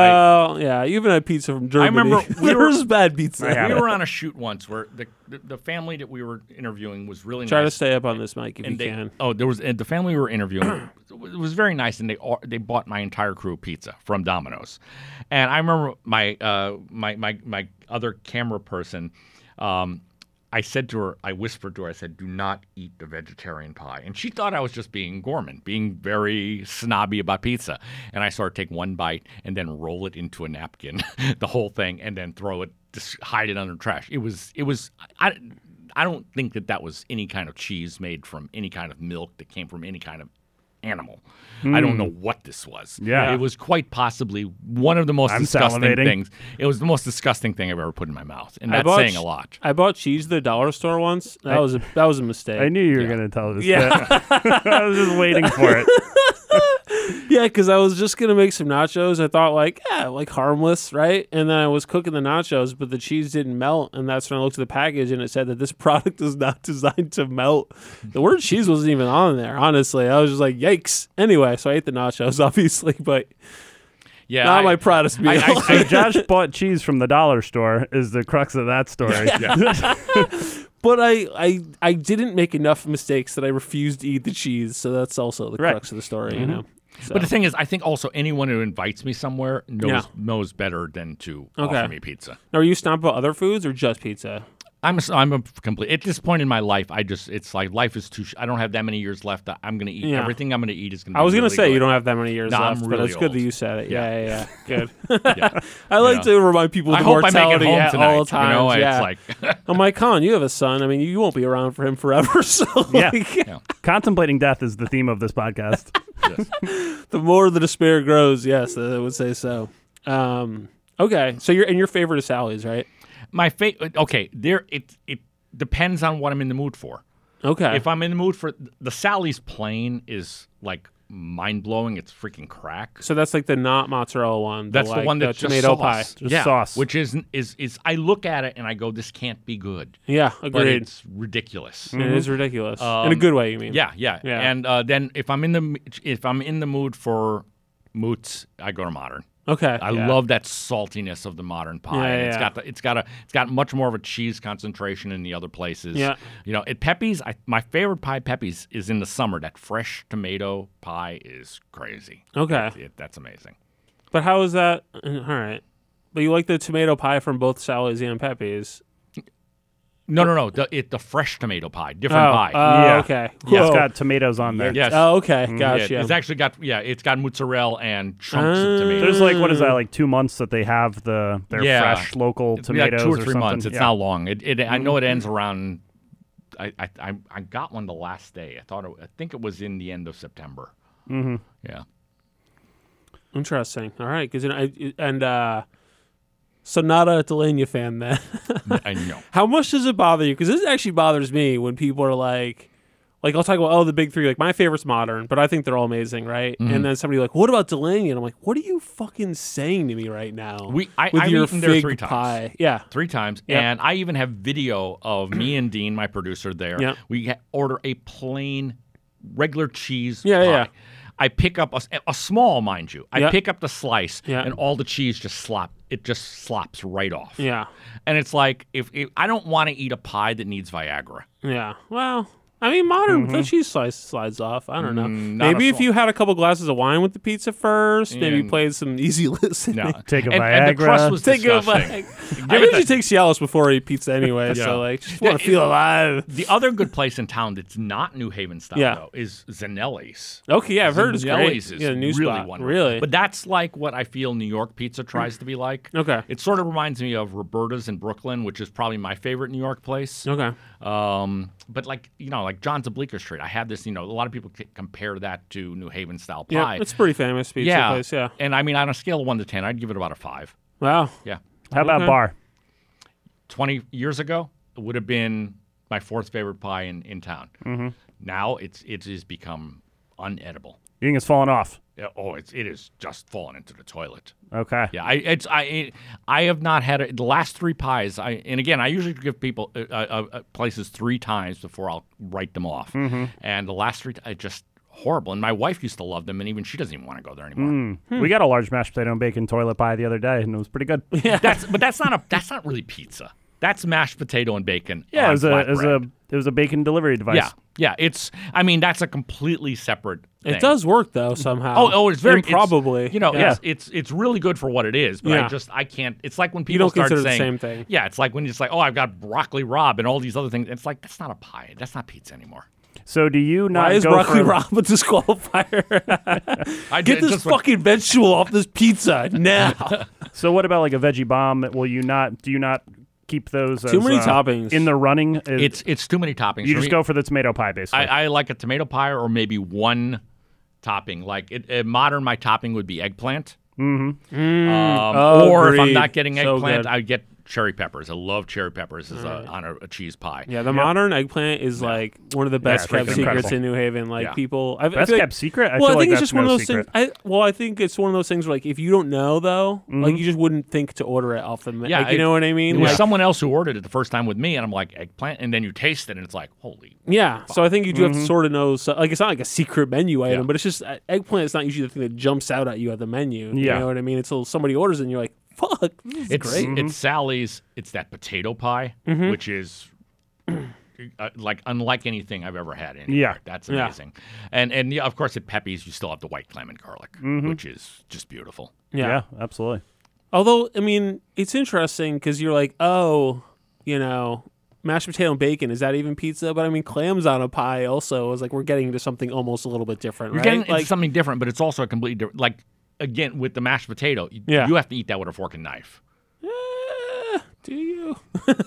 Speaker 2: Well, yeah, you even had pizza from Germany.
Speaker 4: remember we were-
Speaker 2: there's bad pizza.
Speaker 3: I had
Speaker 4: we
Speaker 3: it.
Speaker 4: were on a shoot once where the, the the family that we were interviewing was really
Speaker 2: Try to
Speaker 4: nice.
Speaker 2: stay up on this, Mike, if you
Speaker 4: and they,
Speaker 2: can.
Speaker 4: Oh, there was and the family we were interviewing. it was very nice, and they all- they bought my entire crew pizza from Domino's, and I remember my uh, my my my other camera person. Um, I said to her, I whispered to her, I said, "Do not eat the vegetarian pie," and she thought I was just being gourmand, being very snobby about pizza. And I saw her take one bite and then roll it into a napkin, the whole thing, and then throw it, just hide it under trash. It was it was I. I don't think that that was any kind of cheese made from any kind of milk that came from any kind of animal. I don't
Speaker 2: Hmm.
Speaker 4: know what this was.
Speaker 3: Yeah.
Speaker 4: It was quite possibly one of the most
Speaker 3: I'm
Speaker 4: disgusting
Speaker 3: salivating.
Speaker 4: things. It was the most disgusting thing I've ever put in my mouth. And
Speaker 2: I
Speaker 4: that's
Speaker 2: bought
Speaker 4: saying
Speaker 2: ch-
Speaker 4: a lot.
Speaker 2: I bought cheese at the dollar store once. That was a that was a mistake.
Speaker 3: I knew you were going to tell this. Yeah. I was just waiting for it.
Speaker 2: Yeah, because I was just gonna make some nachos. I thought like, yeah, like harmless, right? And then I was cooking the nachos, but the cheese didn't melt, and that's when I looked at the package and it said that this product is not designed to melt. The word cheese wasn't even on there, honestly. I was just like, yikes. Anyway, so I ate the nachos, obviously, but
Speaker 4: Yeah.
Speaker 2: not
Speaker 4: I-
Speaker 2: my proudest meal.
Speaker 4: I-
Speaker 3: So Josh bought cheese from the dollar store is the crux of that story.
Speaker 2: but I, I, I didn't make enough mistakes that I refused to eat the cheese, so that's also the
Speaker 3: Right.
Speaker 2: crux of the story, you know. So.
Speaker 4: Mm-hmm. But the thing is, I think also anyone who invites me somewhere knows
Speaker 2: Yeah.
Speaker 4: knows better than to
Speaker 2: Okay.
Speaker 4: offer me pizza.
Speaker 2: now, are you snob about other foods or just pizza?
Speaker 4: I'm a, s- I'm a complete at this point in my life. I just it's like life is too. Sh- I don't have that many years left. I- I'm gonna eat
Speaker 2: Yeah.
Speaker 4: everything. I'm gonna eat is gonna.
Speaker 2: I
Speaker 4: be
Speaker 2: was gonna
Speaker 4: really
Speaker 2: say
Speaker 4: good.
Speaker 2: you don't have that many years
Speaker 4: No, I'm
Speaker 2: left, but
Speaker 4: really
Speaker 2: it's good that
Speaker 4: old.
Speaker 2: you said it. Yeah,
Speaker 4: Yeah.
Speaker 2: yeah, yeah. good.
Speaker 4: Yeah.
Speaker 2: I like
Speaker 4: Yeah.
Speaker 2: to remind people of
Speaker 4: I
Speaker 2: the
Speaker 4: hope I make it
Speaker 2: mortality
Speaker 4: home
Speaker 2: at
Speaker 4: tonight.
Speaker 2: all times.
Speaker 4: You know,
Speaker 2: yeah.
Speaker 4: it's like
Speaker 2: I'm like, Colin, you have a son. I mean, you won't be around for him forever. So,
Speaker 3: Yeah.
Speaker 2: like,
Speaker 3: Contemplating death is the theme of this podcast.
Speaker 2: the more the despair grows, yes, I would say so. Um, okay, so you're and your favorite is Sally's, right?
Speaker 4: my favorite. Okay, there it it depends on what I'm in the mood for.
Speaker 2: Okay,
Speaker 4: If I'm in the mood for the Sally's plane is like mind blowing. It's freaking crack.
Speaker 2: so that's like the not mozzarella one.
Speaker 4: That's
Speaker 2: like,
Speaker 4: the one that's just
Speaker 2: tomato pie.
Speaker 4: sauce.
Speaker 3: Just
Speaker 4: yeah,
Speaker 3: sauce.
Speaker 4: which is is is. I look at it and I go, this can't be good.
Speaker 2: Yeah,
Speaker 4: But
Speaker 2: agreed.
Speaker 4: it's ridiculous.
Speaker 2: It is ridiculous in a good way. You mean?
Speaker 4: Mm-hmm. Um, Yeah, yeah,
Speaker 2: Yeah.
Speaker 4: And uh, then if I'm in the m- if I'm in the mood for moots, I go to modern.
Speaker 2: Okay.
Speaker 4: I
Speaker 2: yeah.
Speaker 4: love that saltiness of the modern pie.
Speaker 2: Yeah,
Speaker 4: and
Speaker 2: yeah,
Speaker 4: It's
Speaker 2: yeah.
Speaker 4: got the, it's got a it's got much more of a cheese concentration in the other places.
Speaker 2: Yeah.
Speaker 4: You know, at Pepe's, I, my favorite pie Pepe's is in the summer. That fresh tomato pie is crazy.
Speaker 2: Okay.
Speaker 4: It- that's amazing.
Speaker 2: But how is that? All right. But you like the tomato pie from both Sally's and Pepe's.
Speaker 4: No, no, no. The, it, the fresh tomato pie, different
Speaker 2: oh,
Speaker 4: pie.
Speaker 2: uh,
Speaker 3: Yeah.
Speaker 2: okay.
Speaker 3: Yeah, it's
Speaker 2: Whoa.
Speaker 3: got tomatoes on there.
Speaker 4: yes. Mm-hmm.
Speaker 2: Oh, okay. Gotcha.
Speaker 4: Yeah, it's actually got yeah, it's got mozzarella and chunks
Speaker 2: Ah.
Speaker 4: of tomato.
Speaker 3: There's like what is that like two months that they have the their
Speaker 4: Yeah.
Speaker 3: fresh local
Speaker 4: It'll be like
Speaker 3: tomatoes
Speaker 4: two or
Speaker 3: or
Speaker 4: three
Speaker 3: something.
Speaker 4: months. It's
Speaker 3: Yeah.
Speaker 4: not long. It, it, I
Speaker 2: Mm-hmm.
Speaker 4: know it ends around. I, I, I, I got one the last day. I thought it, I think it was in the end of September. Mm-hmm. Yeah.
Speaker 2: Interesting. All right, because and uh, so not a Delania fan then.
Speaker 4: I know.
Speaker 2: How much does it bother you? Because this actually bothers me when people are like, like I'll talk about oh the big three. Like my favorite's Modern, but I think they're all amazing, right? And then somebody like, what about Delaney? And I'm like, what are you fucking saying to me right now?
Speaker 4: We- I-
Speaker 2: with
Speaker 4: I've
Speaker 2: your
Speaker 4: eaten there
Speaker 2: fig
Speaker 4: three times.
Speaker 2: pie. Yeah.
Speaker 4: Three times,
Speaker 2: Yep.
Speaker 4: and I even have video of me and Dean, my producer, there.
Speaker 2: Yep.
Speaker 4: We ha- order a plain, regular cheese
Speaker 2: Yeah,
Speaker 4: pie.
Speaker 2: yeah, yeah.
Speaker 4: I pick up a, s- a small, mind you. I
Speaker 2: Yep.
Speaker 4: pick up the slice,
Speaker 2: Yeah.
Speaker 4: and all the cheese just slop. It just slops right off.
Speaker 2: Yeah.
Speaker 4: And it's like if, if I don't want to eat a pie that needs Viagra.
Speaker 2: Yeah. Well, I mean, modern the cheese slice slides off. I don't know.
Speaker 4: Mm-hmm. Mm, not
Speaker 2: maybe
Speaker 4: a Mm.
Speaker 2: if
Speaker 4: swan.
Speaker 2: you had a couple glasses of wine with the pizza first, maybe
Speaker 4: And-
Speaker 2: played some easy listening.
Speaker 4: No.
Speaker 3: Take a
Speaker 4: and, And the crust
Speaker 3: Viagra.
Speaker 4: was
Speaker 2: Take a
Speaker 4: disgusting.
Speaker 2: bite. I usually take Cialis before I eat pizza anyway, so like just want to feel alive.
Speaker 4: The other good place in town that's not New Haven style
Speaker 2: Yeah.
Speaker 4: though is Zanelli's.
Speaker 2: Okay, yeah, I've heard it's great.
Speaker 4: Zanelli's is
Speaker 2: yeah, new
Speaker 4: really
Speaker 2: spot.
Speaker 4: wonderful.
Speaker 2: Really,
Speaker 4: But that's like what I feel New York pizza tries to be like.
Speaker 2: Okay.
Speaker 4: It sort of reminds me of Roberta's in Brooklyn, which is probably my favorite New York place.
Speaker 2: okay.
Speaker 4: Um, but like you know, like like John's Obliquer Street. I had this, you know, a lot of people c- compare that to New Haven style
Speaker 2: Yeah,
Speaker 4: pie.
Speaker 2: it's pretty famous pizza place. Yeah.
Speaker 4: And I mean, on a scale of one to 10, I'd give it about a five.
Speaker 2: Wow.
Speaker 4: Yeah.
Speaker 3: How about
Speaker 2: Okay.
Speaker 3: bar?
Speaker 4: 20 years ago, it would have been my fourth favorite pie in, in town. Mm-hmm. Now it's it has become unedible.
Speaker 3: You think it's falling off?
Speaker 4: Yeah, Oh, it's it is just fallen into the toilet.
Speaker 3: Okay.
Speaker 4: Yeah, I it's I it, I have not had a, the last three pies. I and again, I usually give people uh, uh, uh, places three times before I'll write them off.
Speaker 2: Mm-hmm.
Speaker 4: And the last three, I just horrible. And my wife used to love them, and even she doesn't even want to go there anymore.
Speaker 2: Mm.
Speaker 3: We got a large mashed potato and bacon toilet pie the other day, and it was pretty good. Yeah,
Speaker 4: That's but that's not a that's not really pizza. That's mashed potato and bacon.
Speaker 3: yeah it
Speaker 4: on
Speaker 3: was a
Speaker 4: flat
Speaker 3: it was
Speaker 4: bread.
Speaker 3: a it was a bacon delivery device.
Speaker 4: Yeah, yeah. It's. I mean, that's a completely separate. Thing.
Speaker 2: It does work though somehow.
Speaker 4: Oh, oh, it's very it's-
Speaker 2: probably.
Speaker 4: you know,
Speaker 2: yeah.
Speaker 4: it's, it's it's really good for what it is, but
Speaker 2: Yeah.
Speaker 4: I just I can't. It's like when people
Speaker 2: don't
Speaker 4: start
Speaker 2: consider the
Speaker 4: saying
Speaker 2: same thing.
Speaker 4: Yeah, it's like when it's like, oh, I've got broccoli rob and all these other things. It's like that's not a pie. That's not pizza anymore.
Speaker 3: So do you not
Speaker 2: Why is
Speaker 3: go
Speaker 2: broccoli
Speaker 3: for
Speaker 2: Rob a disqualifier?
Speaker 4: I
Speaker 2: Get
Speaker 4: did-
Speaker 2: this
Speaker 4: just went-
Speaker 2: fucking vegetable off this pizza now.
Speaker 3: So what about like a veggie bomb? Will you not? Do you not keep those
Speaker 2: Too
Speaker 3: as,
Speaker 2: many
Speaker 3: uh,
Speaker 2: toppings.
Speaker 3: in the running? Is-
Speaker 4: It's it's too many toppings.
Speaker 3: you
Speaker 4: for
Speaker 3: just
Speaker 4: me.
Speaker 3: go for the tomato pie basically.
Speaker 4: I, I like a tomato pie or maybe one topping. Like it, it, modern, my topping would be eggplant. Um,
Speaker 2: Mm-hmm. oh,
Speaker 4: or if
Speaker 2: agreed.
Speaker 4: I'm not getting
Speaker 2: So
Speaker 4: eggplant,
Speaker 2: good.
Speaker 4: I get cherry peppers. I love cherry peppers as a, on a, a cheese pie.
Speaker 2: yeah, the modern eggplant is like one of the best
Speaker 3: it's
Speaker 2: kept
Speaker 3: freaking
Speaker 2: secrets in New Haven. Like
Speaker 4: Yeah.
Speaker 2: people, I, I
Speaker 3: Best
Speaker 2: feel like-
Speaker 3: kept secret? I
Speaker 2: well,
Speaker 3: feel
Speaker 2: I think
Speaker 3: like
Speaker 2: it's
Speaker 3: that's
Speaker 2: just
Speaker 3: no
Speaker 2: one of those
Speaker 3: secret.
Speaker 2: things. I, well, I think it's one of those things where like if you don't know though,
Speaker 3: Mm-hmm.
Speaker 2: like you just wouldn't think to order it off the menu.
Speaker 4: Yeah,
Speaker 2: like, you
Speaker 4: it-
Speaker 2: know what I mean?
Speaker 4: It was
Speaker 2: Like,
Speaker 4: someone else who ordered it the first time with me, and I'm like eggplant, and then you taste it, and it's like holy.
Speaker 2: Yeah, so I think you do
Speaker 3: Mm-hmm.
Speaker 2: have to sort of know. So, like, it's not like a secret menu item,
Speaker 4: Yeah.
Speaker 2: but it's just uh, eggplant. It's not usually the thing that jumps out at you at the menu.
Speaker 3: Yeah.
Speaker 2: you know what I mean. Until somebody orders it and you're like, "Fuck, this is
Speaker 4: It's
Speaker 2: great." Mm-hmm.
Speaker 4: It's Sally's. It's that potato pie, which is. Uh, like unlike anything I've ever had. Anywhere.
Speaker 3: Yeah.
Speaker 4: that's
Speaker 2: Yeah.
Speaker 4: amazing. And and yeah, of course at Pepe's you still have the white clam and garlic,
Speaker 2: Mm-hmm.
Speaker 4: which is just beautiful.
Speaker 2: Yeah.
Speaker 3: yeah, absolutely.
Speaker 2: Although, I mean, it's interesting because you're like, oh, you know, mashed potato and bacon. Is that even pizza? But I mean, clams on a pie also is like we're getting into something almost a little bit different,
Speaker 4: You're
Speaker 2: right?
Speaker 4: getting into
Speaker 2: like,
Speaker 4: something different, but it's also a completely different. Like again, with the mashed potato, y-
Speaker 2: Yeah.
Speaker 4: you have to eat that with a fork and knife.
Speaker 2: eh, do you?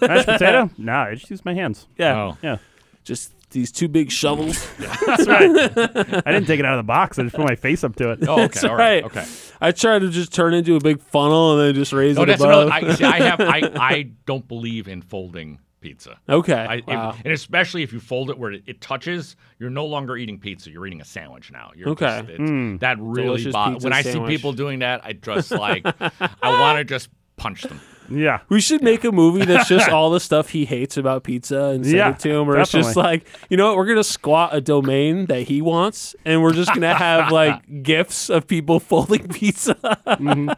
Speaker 3: Mashed potato? Nah, I just use my hands.
Speaker 2: yeah,
Speaker 4: Oh.
Speaker 3: Yeah,
Speaker 2: just these two big shovels.
Speaker 3: that's right. I didn't take it out of the box. I just put my face up to it.
Speaker 4: Oh,
Speaker 2: It's
Speaker 4: okay. All right.
Speaker 2: alright.
Speaker 4: Okay.
Speaker 2: I try to just turn into a big funnel and then just raise
Speaker 4: No,
Speaker 2: it
Speaker 4: Oh, that's
Speaker 2: above.
Speaker 4: another. I, see, I have. I, I don't believe in folding pizza.
Speaker 2: okay,
Speaker 4: I, if-
Speaker 2: wow.
Speaker 4: and especially if you fold it where it, it touches, you're no longer eating pizza. You're eating a sandwich now. You're
Speaker 2: Okay. Hmm.
Speaker 4: just- it's- that really
Speaker 2: Delicious
Speaker 4: bo-
Speaker 2: pizza
Speaker 4: When I
Speaker 2: sandwich.
Speaker 4: see people doing that, I just like, I want to just punch them.
Speaker 3: Yeah,
Speaker 2: We should make a movie that's just all the stuff he hates about pizza and send
Speaker 3: Yeah,
Speaker 2: it to him. Or it's just
Speaker 3: definitely.
Speaker 2: like, you know what? We're going to squat a domain that he wants and we're just going to have like gifts of people folding pizza.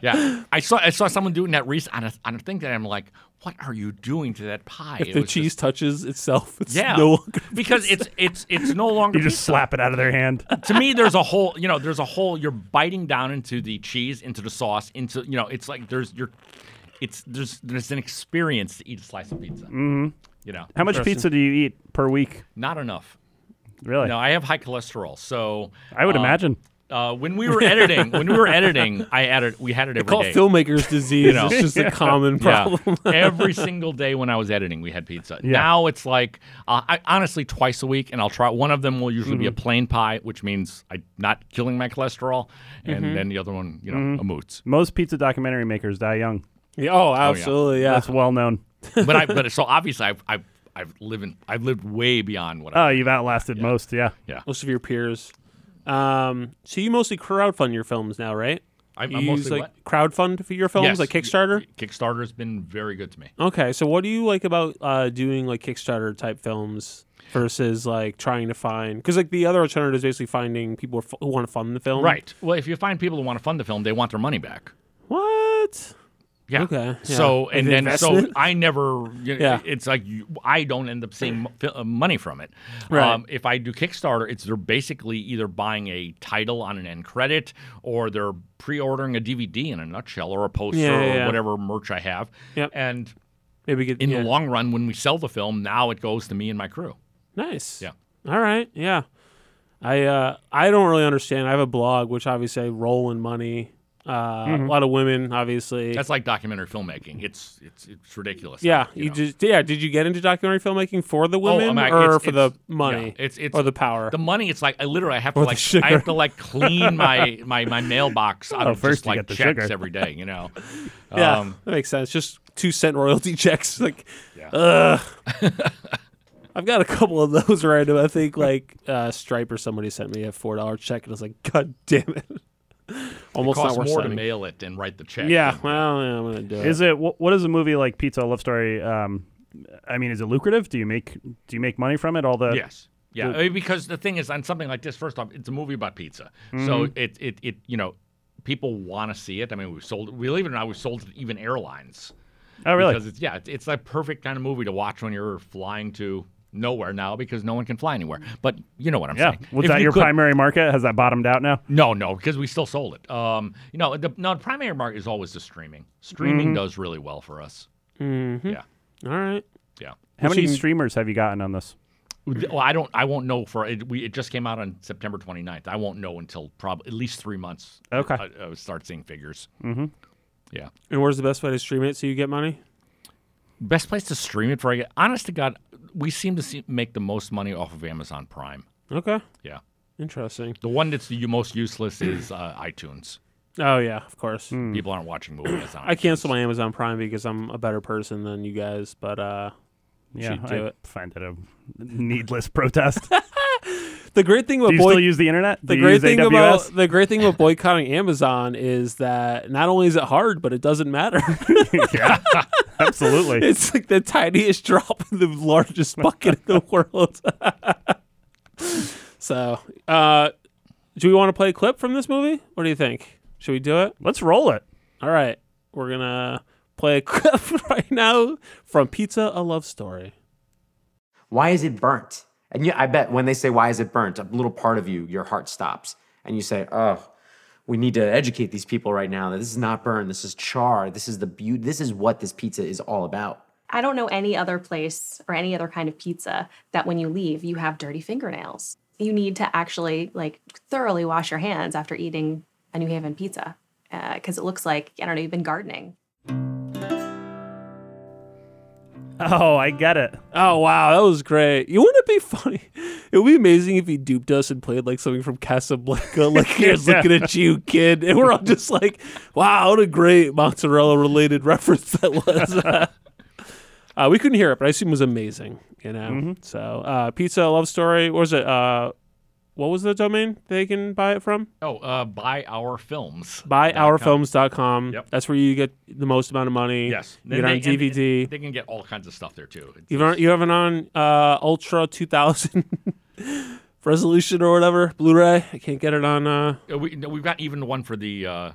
Speaker 4: Yeah, I saw I saw someone doing that recently on a, on a thing that I'm like, what are you doing to that pie? It
Speaker 2: the
Speaker 4: was
Speaker 2: cheese
Speaker 4: just-
Speaker 2: touches itself. It's
Speaker 4: yeah,
Speaker 2: no longer.
Speaker 4: because it's it's it's no longer.
Speaker 3: you just
Speaker 4: pizza.
Speaker 3: slap it out of their hand.
Speaker 4: to me there's a whole you know there's a whole you're biting down into the cheese into the sauce into you know it's like there's your it's there's there's an experience to eat a slice of pizza mm-hmm. you know
Speaker 3: How much pizza do you eat per week?
Speaker 4: not enough
Speaker 3: Really?
Speaker 4: no i have high cholesterol so
Speaker 3: I would
Speaker 4: uh,
Speaker 3: imagine.
Speaker 4: uh, when we were editing when we were editing i added we had it every day.
Speaker 2: Call it filmmaker's disease.
Speaker 4: know.
Speaker 2: It's just a common problem.
Speaker 4: Yeah. Every single day when I was editing, we had pizza. Now it's like uh, I honestly twice a week, and I'll try. One of them will usually be a plain pie, which means I'm not killing my cholesterol, and then the other one, you know, a moots.
Speaker 3: Most pizza documentary makers die young.
Speaker 2: Yeah, Oh, absolutely. yeah.
Speaker 3: That's well known.
Speaker 4: But I, but so obviously I've I've I've lived I've lived way beyond what. I,
Speaker 3: Oh, you've outlasted most. Yeah.
Speaker 2: Most of your peers. Um, so you mostly crowdfund your films now, right?
Speaker 4: I'm,
Speaker 2: You
Speaker 4: I'm
Speaker 2: use
Speaker 4: mostly
Speaker 2: like crowdfund for your films,
Speaker 4: Yes.
Speaker 2: like Kickstarter.
Speaker 4: what? Kickstarter's been very good to me.
Speaker 2: Okay, so what do you like about uh, doing like Kickstarter type films versus like trying to find because like the other alternative is basically finding people who f- who want to fund the film.
Speaker 4: Right. Well, if you find people who want to fund the film, they want their money back.
Speaker 2: What?
Speaker 4: Yeah.
Speaker 2: Okay, yeah.
Speaker 4: So
Speaker 2: Like
Speaker 4: and
Speaker 2: the
Speaker 4: then
Speaker 2: investment?
Speaker 4: so I never. You
Speaker 2: Yeah.
Speaker 4: It's like you, I don't end up seeing mo- fi- uh, money from it. Um,
Speaker 2: Right.
Speaker 4: if I do Kickstarter, it's they're basically either buying a title on an end credit or they're pre-ordering a DVD in a nutshell or a poster
Speaker 2: Yeah, yeah,
Speaker 4: or
Speaker 2: yeah.
Speaker 4: whatever merch I have.
Speaker 2: Yep.
Speaker 4: And
Speaker 2: Maybe get
Speaker 4: in
Speaker 2: yeah.
Speaker 4: the long run, when we sell the film, now it goes to me and my crew.
Speaker 2: Nice.
Speaker 4: Yeah.
Speaker 2: All right. Yeah. I uh I don't really understand. I have a blog which obviously I roll in money Uh, A lot of women, obviously.
Speaker 4: Mm-hmm. That's like documentary filmmaking. It's it's it's ridiculous.
Speaker 2: yeah,
Speaker 4: like,
Speaker 2: you,
Speaker 4: know.
Speaker 2: just yeah. Did you get into documentary filmmaking for the
Speaker 4: Oh, I
Speaker 2: women
Speaker 4: mean, I-
Speaker 2: or
Speaker 4: it's-
Speaker 2: for
Speaker 4: it's-
Speaker 2: the money
Speaker 4: yeah, it's it's
Speaker 2: or the power?
Speaker 4: The money, it's like I literally I have to
Speaker 2: Or the
Speaker 4: like
Speaker 2: sugar.
Speaker 4: I have to like clean my my my mailbox out
Speaker 3: Oh,
Speaker 4: of
Speaker 3: first
Speaker 4: just
Speaker 3: you
Speaker 4: like
Speaker 3: get the
Speaker 4: checks
Speaker 3: sugar.
Speaker 4: every day. You know,
Speaker 2: yeah,
Speaker 4: um,
Speaker 2: that makes sense. Just two cent royalty checks. Like,
Speaker 4: Yeah.
Speaker 2: ugh. I've got a couple of those random. I think like uh, Stripe or somebody sent me a four dollar check, and I was like, God damn it!
Speaker 4: it
Speaker 2: Almost
Speaker 4: costs
Speaker 2: not worth
Speaker 4: more to
Speaker 2: signing.
Speaker 4: mail it and write the check.
Speaker 2: Yeah, well, yeah, I'm gonna do it.
Speaker 3: Is it wh- what is a movie like Pizza Love Story? Um, I mean, is it lucrative? Do you make do you make money from it? All the
Speaker 4: Yes. Yeah. I mean, because the thing is, on something like this, first off, it's a movie about pizza, so
Speaker 2: Mm-hmm.
Speaker 4: it it it you know, people want to see it. I mean, we sold, believe it or not, we sold it to even airlines.
Speaker 3: oh really?
Speaker 4: Because it's yeah, it's, it's a perfect kind of movie to watch when you're flying to nowhere now because no one can fly anywhere. But you know what I'm
Speaker 3: yeah.
Speaker 4: saying.
Speaker 3: Was
Speaker 4: If
Speaker 3: that
Speaker 4: you
Speaker 3: your
Speaker 4: could-
Speaker 3: primary market? Has that bottomed out now?
Speaker 4: No, no, because we still sold it. Um, you know, the no the primary market is always the streaming. Streaming
Speaker 3: Mm-hmm.
Speaker 4: does really well for us. Yeah,
Speaker 2: All right.
Speaker 4: yeah.
Speaker 3: How
Speaker 2: Which
Speaker 3: many
Speaker 2: you-
Speaker 3: streamers have you gotten on this?
Speaker 4: Well, I don't. I won't know for it. We it just came out on September 29th. I won't know until probably at least three months.
Speaker 3: Okay. Mm-hmm.
Speaker 4: I, I would start seeing figures. Yeah.
Speaker 2: And where's the best way to stream it so you get money?
Speaker 4: Best place to stream it for? I get, honest to God, we seem to see, make the most money off of Amazon Prime.
Speaker 2: Okay,
Speaker 4: Yeah.
Speaker 2: interesting.
Speaker 4: The one that's the u- most useless is uh, iTunes.
Speaker 2: Oh yeah, of course.
Speaker 4: People aren't watching movies on.
Speaker 2: I
Speaker 4: iTunes.
Speaker 2: cancel my Amazon Prime because I'm a better person than you guys, but uh
Speaker 3: Yeah,
Speaker 2: Should
Speaker 3: I
Speaker 2: do it.
Speaker 3: find that a needless protest. do
Speaker 2: the great thing
Speaker 3: you
Speaker 2: about boy-
Speaker 3: still use the internet?
Speaker 2: the
Speaker 3: do
Speaker 2: great
Speaker 3: you use
Speaker 2: thing
Speaker 3: AWS?
Speaker 2: about the great thing about boycotting Amazon is that not only is it hard, but it doesn't matter.
Speaker 3: yeah, absolutely.
Speaker 2: it's like the tiniest drop in the largest bucket in the world. so, uh do we want to play a clip from this movie? What do you think? Should we do it?
Speaker 3: Let's roll it.
Speaker 2: All right, we're gonna play a clip right now from Pizza: A Love Story.
Speaker 5: Why is it burnt? And yeah, I bet when they say, why is it burnt, a little part of you, your heart stops. And you say, oh, we need to educate these people right now that this is not burned. This is char. This is the beauty. This is what this pizza is all about.
Speaker 6: I don't know any other place or any other kind of pizza that when you leave, you have dirty fingernails. You need to actually like thoroughly wash your hands after eating a New Haven pizza because it looks like, I don't know, you've been gardening.
Speaker 3: Oh, I get it.
Speaker 2: Oh wow, that was great. You wouldn't it be funny? It would be amazing if he duped us and played like something from Casablanca, like here's
Speaker 3: Yeah.
Speaker 2: looking at you, kid. And we're all just like, Wow, what a great mozzarella related reference that was. uh, we couldn't hear it, but I assume it was amazing, you know.
Speaker 4: Mm-hmm.
Speaker 2: So uh Pizza Love Story, what was it? Uh what was the domain they can buy it from?
Speaker 4: Oh, uh, buy our films.
Speaker 2: Buyourfilms.com.
Speaker 4: Yep.
Speaker 2: That's where you get the most amount of money.
Speaker 4: Yes.
Speaker 2: You get it on
Speaker 4: They- and-
Speaker 2: DVD.
Speaker 4: They can get all kinds of stuff there too. It's-
Speaker 2: You've you have an on uh, Ultra 2000 resolution or whatever Blu-ray. I can't get it on uh,
Speaker 4: Uh, We, no, we've got even one for the uh,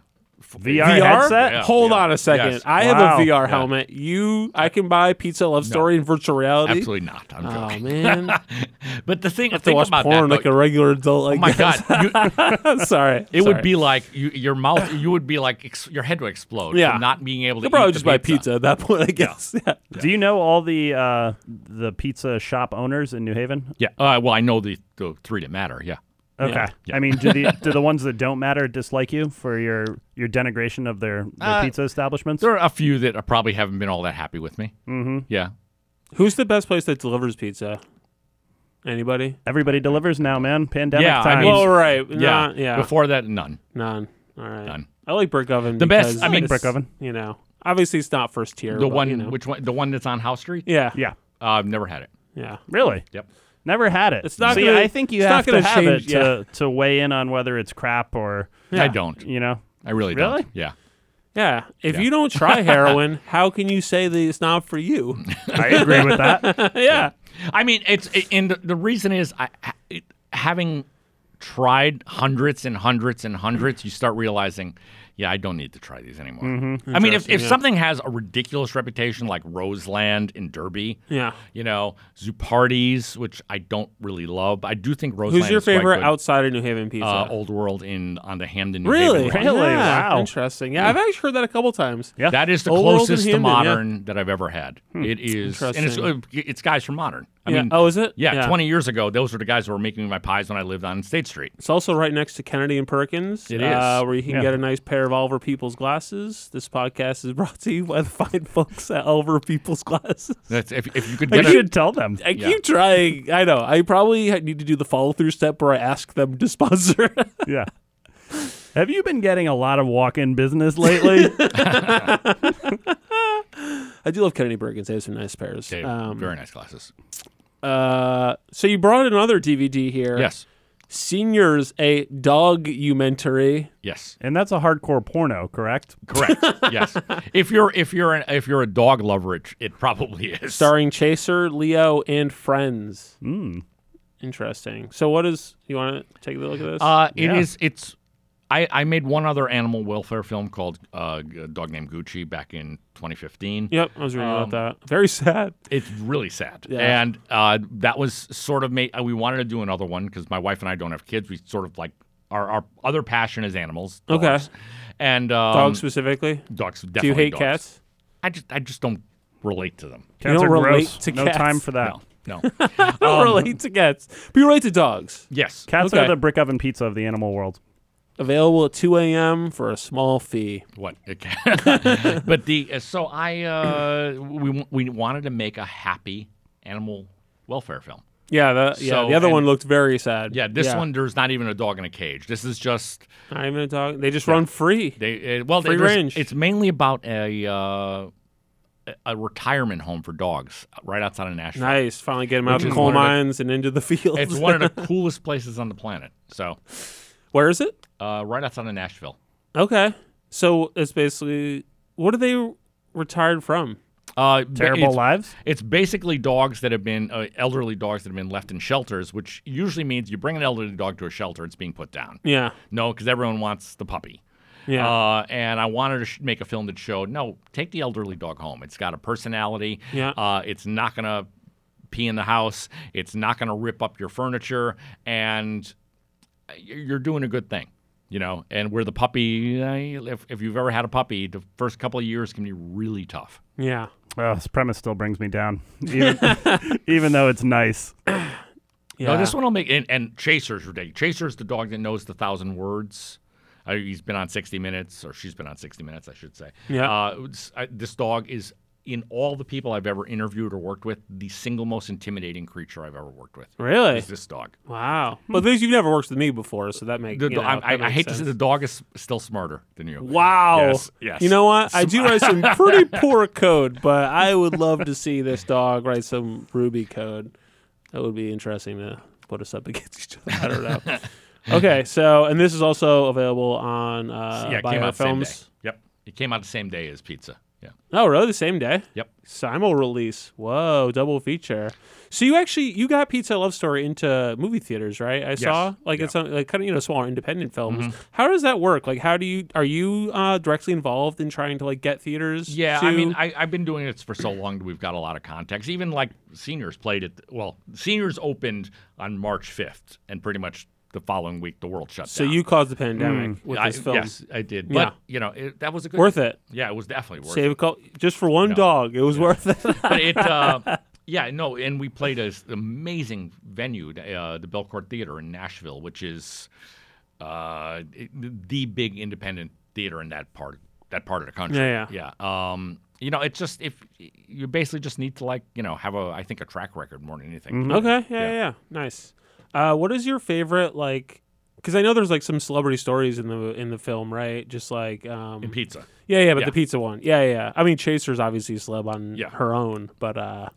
Speaker 4: f-
Speaker 3: VR
Speaker 2: VR.
Speaker 3: headset?
Speaker 4: Yeah,
Speaker 2: Hold
Speaker 4: yeah.
Speaker 2: on a second.
Speaker 4: Yes.
Speaker 2: I
Speaker 3: Wow.
Speaker 2: have a VR helmet. You, I can buy Pizza Love Story in virtual reality.
Speaker 4: E? Absolutely not. I'm
Speaker 2: Oh
Speaker 4: joking.
Speaker 2: man, I
Speaker 4: But the thing,
Speaker 2: have to
Speaker 4: think
Speaker 2: watch
Speaker 4: about
Speaker 2: porn
Speaker 4: that,
Speaker 2: like
Speaker 4: though.
Speaker 2: a regular adult. I
Speaker 4: oh my
Speaker 2: guess.
Speaker 4: god, you,
Speaker 2: sorry.
Speaker 4: it
Speaker 2: sorry.
Speaker 4: would be like you, your mouth. You would be like ex- your head would explode.
Speaker 2: Yeah.
Speaker 4: from not being able to.
Speaker 2: I'd probably
Speaker 4: eat
Speaker 2: just
Speaker 4: the
Speaker 2: buy pizza at that point. I guess. Yeah.
Speaker 3: Do you know all the uh, the pizza shop owners in New Haven?
Speaker 4: Yeah. Uh, well, I know the, the three that matter. Yeah.
Speaker 3: Okay. I mean, do the do the ones that don't matter dislike you for your your denigration of their, their
Speaker 4: Uh,
Speaker 3: pizza establishments?
Speaker 4: There are a few that are- probably haven't been all that happy with me. Mm-hmm. Yeah.
Speaker 2: Who's the best place that delivers pizza? Anybody?
Speaker 3: Everybody delivers now, man. Pandemic
Speaker 4: Yeah, I
Speaker 3: times.
Speaker 4: mean-
Speaker 2: Well, right.
Speaker 4: Yeah.
Speaker 2: Nah, yeah.
Speaker 4: Before that, none.
Speaker 2: None. All right.
Speaker 4: None.
Speaker 2: I like brick oven.
Speaker 4: The best-
Speaker 2: because
Speaker 4: I mean-
Speaker 2: it's-
Speaker 3: Brick oven.
Speaker 2: You know, obviously it's not first tier.
Speaker 4: The
Speaker 2: but,
Speaker 4: one,
Speaker 2: You know.
Speaker 4: which one? The one that's on House Street.
Speaker 2: Yeah.
Speaker 3: yeah.
Speaker 4: Uh, I've never had it.
Speaker 2: Yeah.
Speaker 3: Really?
Speaker 4: Yep.
Speaker 3: Never had it.
Speaker 2: It's not
Speaker 3: See,
Speaker 2: gonna-
Speaker 3: I think you
Speaker 2: it's
Speaker 3: have
Speaker 2: not
Speaker 3: to
Speaker 2: gonna
Speaker 3: have
Speaker 2: change-
Speaker 3: it to, to weigh in on whether it's crap or
Speaker 4: I don't.
Speaker 3: you know.
Speaker 4: I really,
Speaker 3: Really?
Speaker 4: don't. Yeah.
Speaker 2: Yeah. If you don't try heroin, how can you say that it's not for you?
Speaker 3: I agree with that.
Speaker 2: yeah.
Speaker 4: I mean, it's it, and the- the reason is I ha- it, having tried hundreds and hundreds and hundreds, you start realizing, yeah, I don't need to try these anymore.
Speaker 2: Mm-hmm.
Speaker 4: I mean, if, if something has a ridiculous reputation like Roseland in Derby,
Speaker 2: Yeah.
Speaker 4: you know, Zupardi's, which I don't really love, but I do think Roseland.
Speaker 2: Who's your
Speaker 4: is quite
Speaker 2: favorite
Speaker 4: good.
Speaker 2: outside of New Haven pizza?
Speaker 4: Uh, Old World in on the Hamden. New
Speaker 2: really?
Speaker 4: Haven line.
Speaker 3: Really?
Speaker 2: Yeah.
Speaker 3: Wow.
Speaker 2: Interesting. Yeah, I've actually heard that a couple times.
Speaker 3: Yeah.
Speaker 4: That is the
Speaker 2: Old World in
Speaker 4: closest to
Speaker 2: Hamden, yeah. Hmm.
Speaker 4: modern that I've ever had. It is, and it's uh, it's guys from modern. I
Speaker 2: Yeah.
Speaker 4: mean,
Speaker 2: Oh, is it?
Speaker 4: Yeah,
Speaker 2: Yeah.
Speaker 4: 20 years ago, those were the guys who were making my pies when I lived on State Street.
Speaker 2: It's also right next to Kennedy and Perkins.
Speaker 4: It
Speaker 2: uh,
Speaker 4: is.
Speaker 2: where you can
Speaker 3: Yeah.
Speaker 2: get a nice pair care of Oliver People's Glasses. This podcast is brought to you by the fine folks at Oliver People's Glasses.
Speaker 4: That's, if, if you could
Speaker 3: I
Speaker 4: get a,
Speaker 3: should tell them.
Speaker 2: I
Speaker 4: Yeah.
Speaker 2: keep trying. I know. I probably need to do the follow through step where I ask them to sponsor.
Speaker 3: Yeah. Have you been getting a lot of walk-in business lately?
Speaker 2: I do love Kennedy Bergens. They have some nice pairs.
Speaker 4: okay,
Speaker 2: Um,
Speaker 4: very nice glasses.
Speaker 2: uh, so you brought another DVD here.
Speaker 4: Yes,
Speaker 2: Seniors, a documentary.
Speaker 4: yes,
Speaker 3: and that's a hardcore porno, correct?
Speaker 4: correct. yes, if you're if you're an, if you're a dog lover, it, it probably is.
Speaker 2: starring Chaser, Leo, and friends.
Speaker 3: Mm.
Speaker 2: Interesting. So, what is you want to take a look at this?
Speaker 4: Uh, it
Speaker 3: Yeah.
Speaker 4: is- It's. I, I made one other animal welfare film called uh, A Dog Named Gucci back in 2015.
Speaker 2: yep, I was reading about that. Very sad.
Speaker 4: It's really sad.
Speaker 2: Yeah.
Speaker 4: And uh, that was sort of made. uh, We wanted to do another one because my wife and I don't have kids. We sort of like our, our other passion is animals.
Speaker 2: Okay.
Speaker 4: dogs. And um,
Speaker 2: Dogs specifically.
Speaker 4: Dogs. Definitely
Speaker 2: Do you hate
Speaker 4: dogs.
Speaker 2: cats?
Speaker 4: I just I just don't relate to them.
Speaker 3: Cats
Speaker 2: don't
Speaker 3: are
Speaker 2: relate
Speaker 3: gross.
Speaker 2: to
Speaker 3: no
Speaker 2: cats.
Speaker 3: time for that.
Speaker 4: No. No.
Speaker 2: I don't relate to cats, but you relate to dogs.
Speaker 4: yes.
Speaker 3: Cats
Speaker 2: Okay.
Speaker 3: are the brick oven pizza of the animal world.
Speaker 2: Available at 2 a.m. for a small fee.
Speaker 4: What? but the uh, so I uh, we we wanted to make a happy animal welfare film.
Speaker 2: Yeah, that, yeah.
Speaker 4: So,
Speaker 2: the other
Speaker 4: and-
Speaker 2: one looked very sad.
Speaker 4: Yeah, this one there's not even a dog in a cage. This is just
Speaker 2: Not even a dog. They just run free.
Speaker 4: they uh, well
Speaker 2: Free
Speaker 4: there's-
Speaker 2: range.
Speaker 4: It's mainly about a uh, a retirement home for dogs uh, right outside of Nashville.
Speaker 2: Nice. Finally get them out
Speaker 4: Which
Speaker 2: of the
Speaker 4: is
Speaker 2: coal
Speaker 4: one of the-
Speaker 2: mines and into the fields.
Speaker 4: It's one of the coolest places on the planet. So
Speaker 2: Where is it?
Speaker 4: uh, right outside of Nashville.
Speaker 2: Okay. So it's basically what are they retired from?
Speaker 4: Uh, ba-
Speaker 3: Terrible
Speaker 4: it's-
Speaker 3: lives.
Speaker 4: It's basically dogs that have been uh, elderly dogs that have been left in shelters, which usually means you bring an elderly dog to a shelter, it's being put down.
Speaker 2: Yeah.
Speaker 4: No, because everyone wants the puppy.
Speaker 2: Yeah.
Speaker 4: Uh, and I wanted to sh- make a film that showed no, take the elderly dog home. It's got a personality.
Speaker 2: Yeah.
Speaker 4: Uh, it's not gonna pee in the house. It's not gonna rip up your furniture, and uh, y- you're doing a good thing. You know, and where the puppy, uh, if, if you've ever had a puppy, the first couple of years can be really tough.
Speaker 2: yeah.
Speaker 3: Oh, this premise still brings me down, even, even though it's nice.
Speaker 2: Yeah.
Speaker 4: No, this one will make and, and Chaser's ridiculous. Chaser's the dog that knows the thousand words. Uh, he's been on 60 Minutes, or she's been on 60 Minutes, I should say.
Speaker 2: Yeah.
Speaker 4: Uh, it's- I- this dog is, in all the people I've ever interviewed or worked with, the single most intimidating creature I've ever worked with.
Speaker 2: Really?
Speaker 4: Is this dog?
Speaker 2: Wow. But things you've never worked with me before, so that makes
Speaker 4: The,
Speaker 2: you know,
Speaker 4: I, I,
Speaker 2: that
Speaker 4: I
Speaker 2: makes
Speaker 4: hate to
Speaker 2: sense.
Speaker 4: say the dog is still smarter than you.
Speaker 2: Wow.
Speaker 4: Yes, yes.
Speaker 2: You know what? I do write some pretty poor code, but I would love to see this dog write some Ruby code. That would be interesting to put us up against each other. I don't know. okay, so and this is also available on uh,
Speaker 4: yeah, it
Speaker 2: by
Speaker 4: came
Speaker 2: our
Speaker 4: out
Speaker 2: films.
Speaker 4: same day. Yep. It came out the same day as Pizza. Yeah.
Speaker 2: Oh, really? The same day?
Speaker 4: Yep.
Speaker 2: Simul release. Whoa, double feature. So you actually you got Pizza Love Story into movie theaters, right? I saw like it's on- like kind of you know smaller independent films.
Speaker 4: Mm-hmm.
Speaker 2: How does that work? Like, how do you are you uh, directly involved in trying to like get theaters?
Speaker 4: Yeah,
Speaker 2: to-
Speaker 4: I mean, I, I've been doing this for so long that we've got a lot of context. Even like seniors played it. Well, seniors opened on March fifth, and pretty much the following week the world shut
Speaker 2: so
Speaker 4: down.
Speaker 2: you caused the pandemic with
Speaker 4: Mm, I,
Speaker 2: this film.
Speaker 4: yes, I did.
Speaker 2: Yeah.
Speaker 4: But you know, it, that was a good
Speaker 2: Worth it.
Speaker 4: Yeah, it was definitely worth
Speaker 2: Save
Speaker 4: it.
Speaker 2: a call just for one dog. It was worth it.
Speaker 4: But it, uh, yeah, no, and we played an amazing venue, uh, the Belcourt Theater in Nashville, which is uh, it- the big independent theater in that part that part of the country.
Speaker 2: Yeah,
Speaker 4: yeah. Um, you know, it's just if you basically just need to like you know have a I think a track record more than anything.
Speaker 2: Okay. Yeah, yeah. yeah. Nice. Uh, what is your favorite like? Because I know there's like some celebrity stories in the in the film, right? Just like um,
Speaker 4: In pizza.
Speaker 2: Yeah, yeah, but
Speaker 4: Yeah.
Speaker 2: the pizza one. Yeah, yeah, yeah. I mean, Chaser's obviously a celeb on
Speaker 4: Yeah.
Speaker 2: her own, but uh,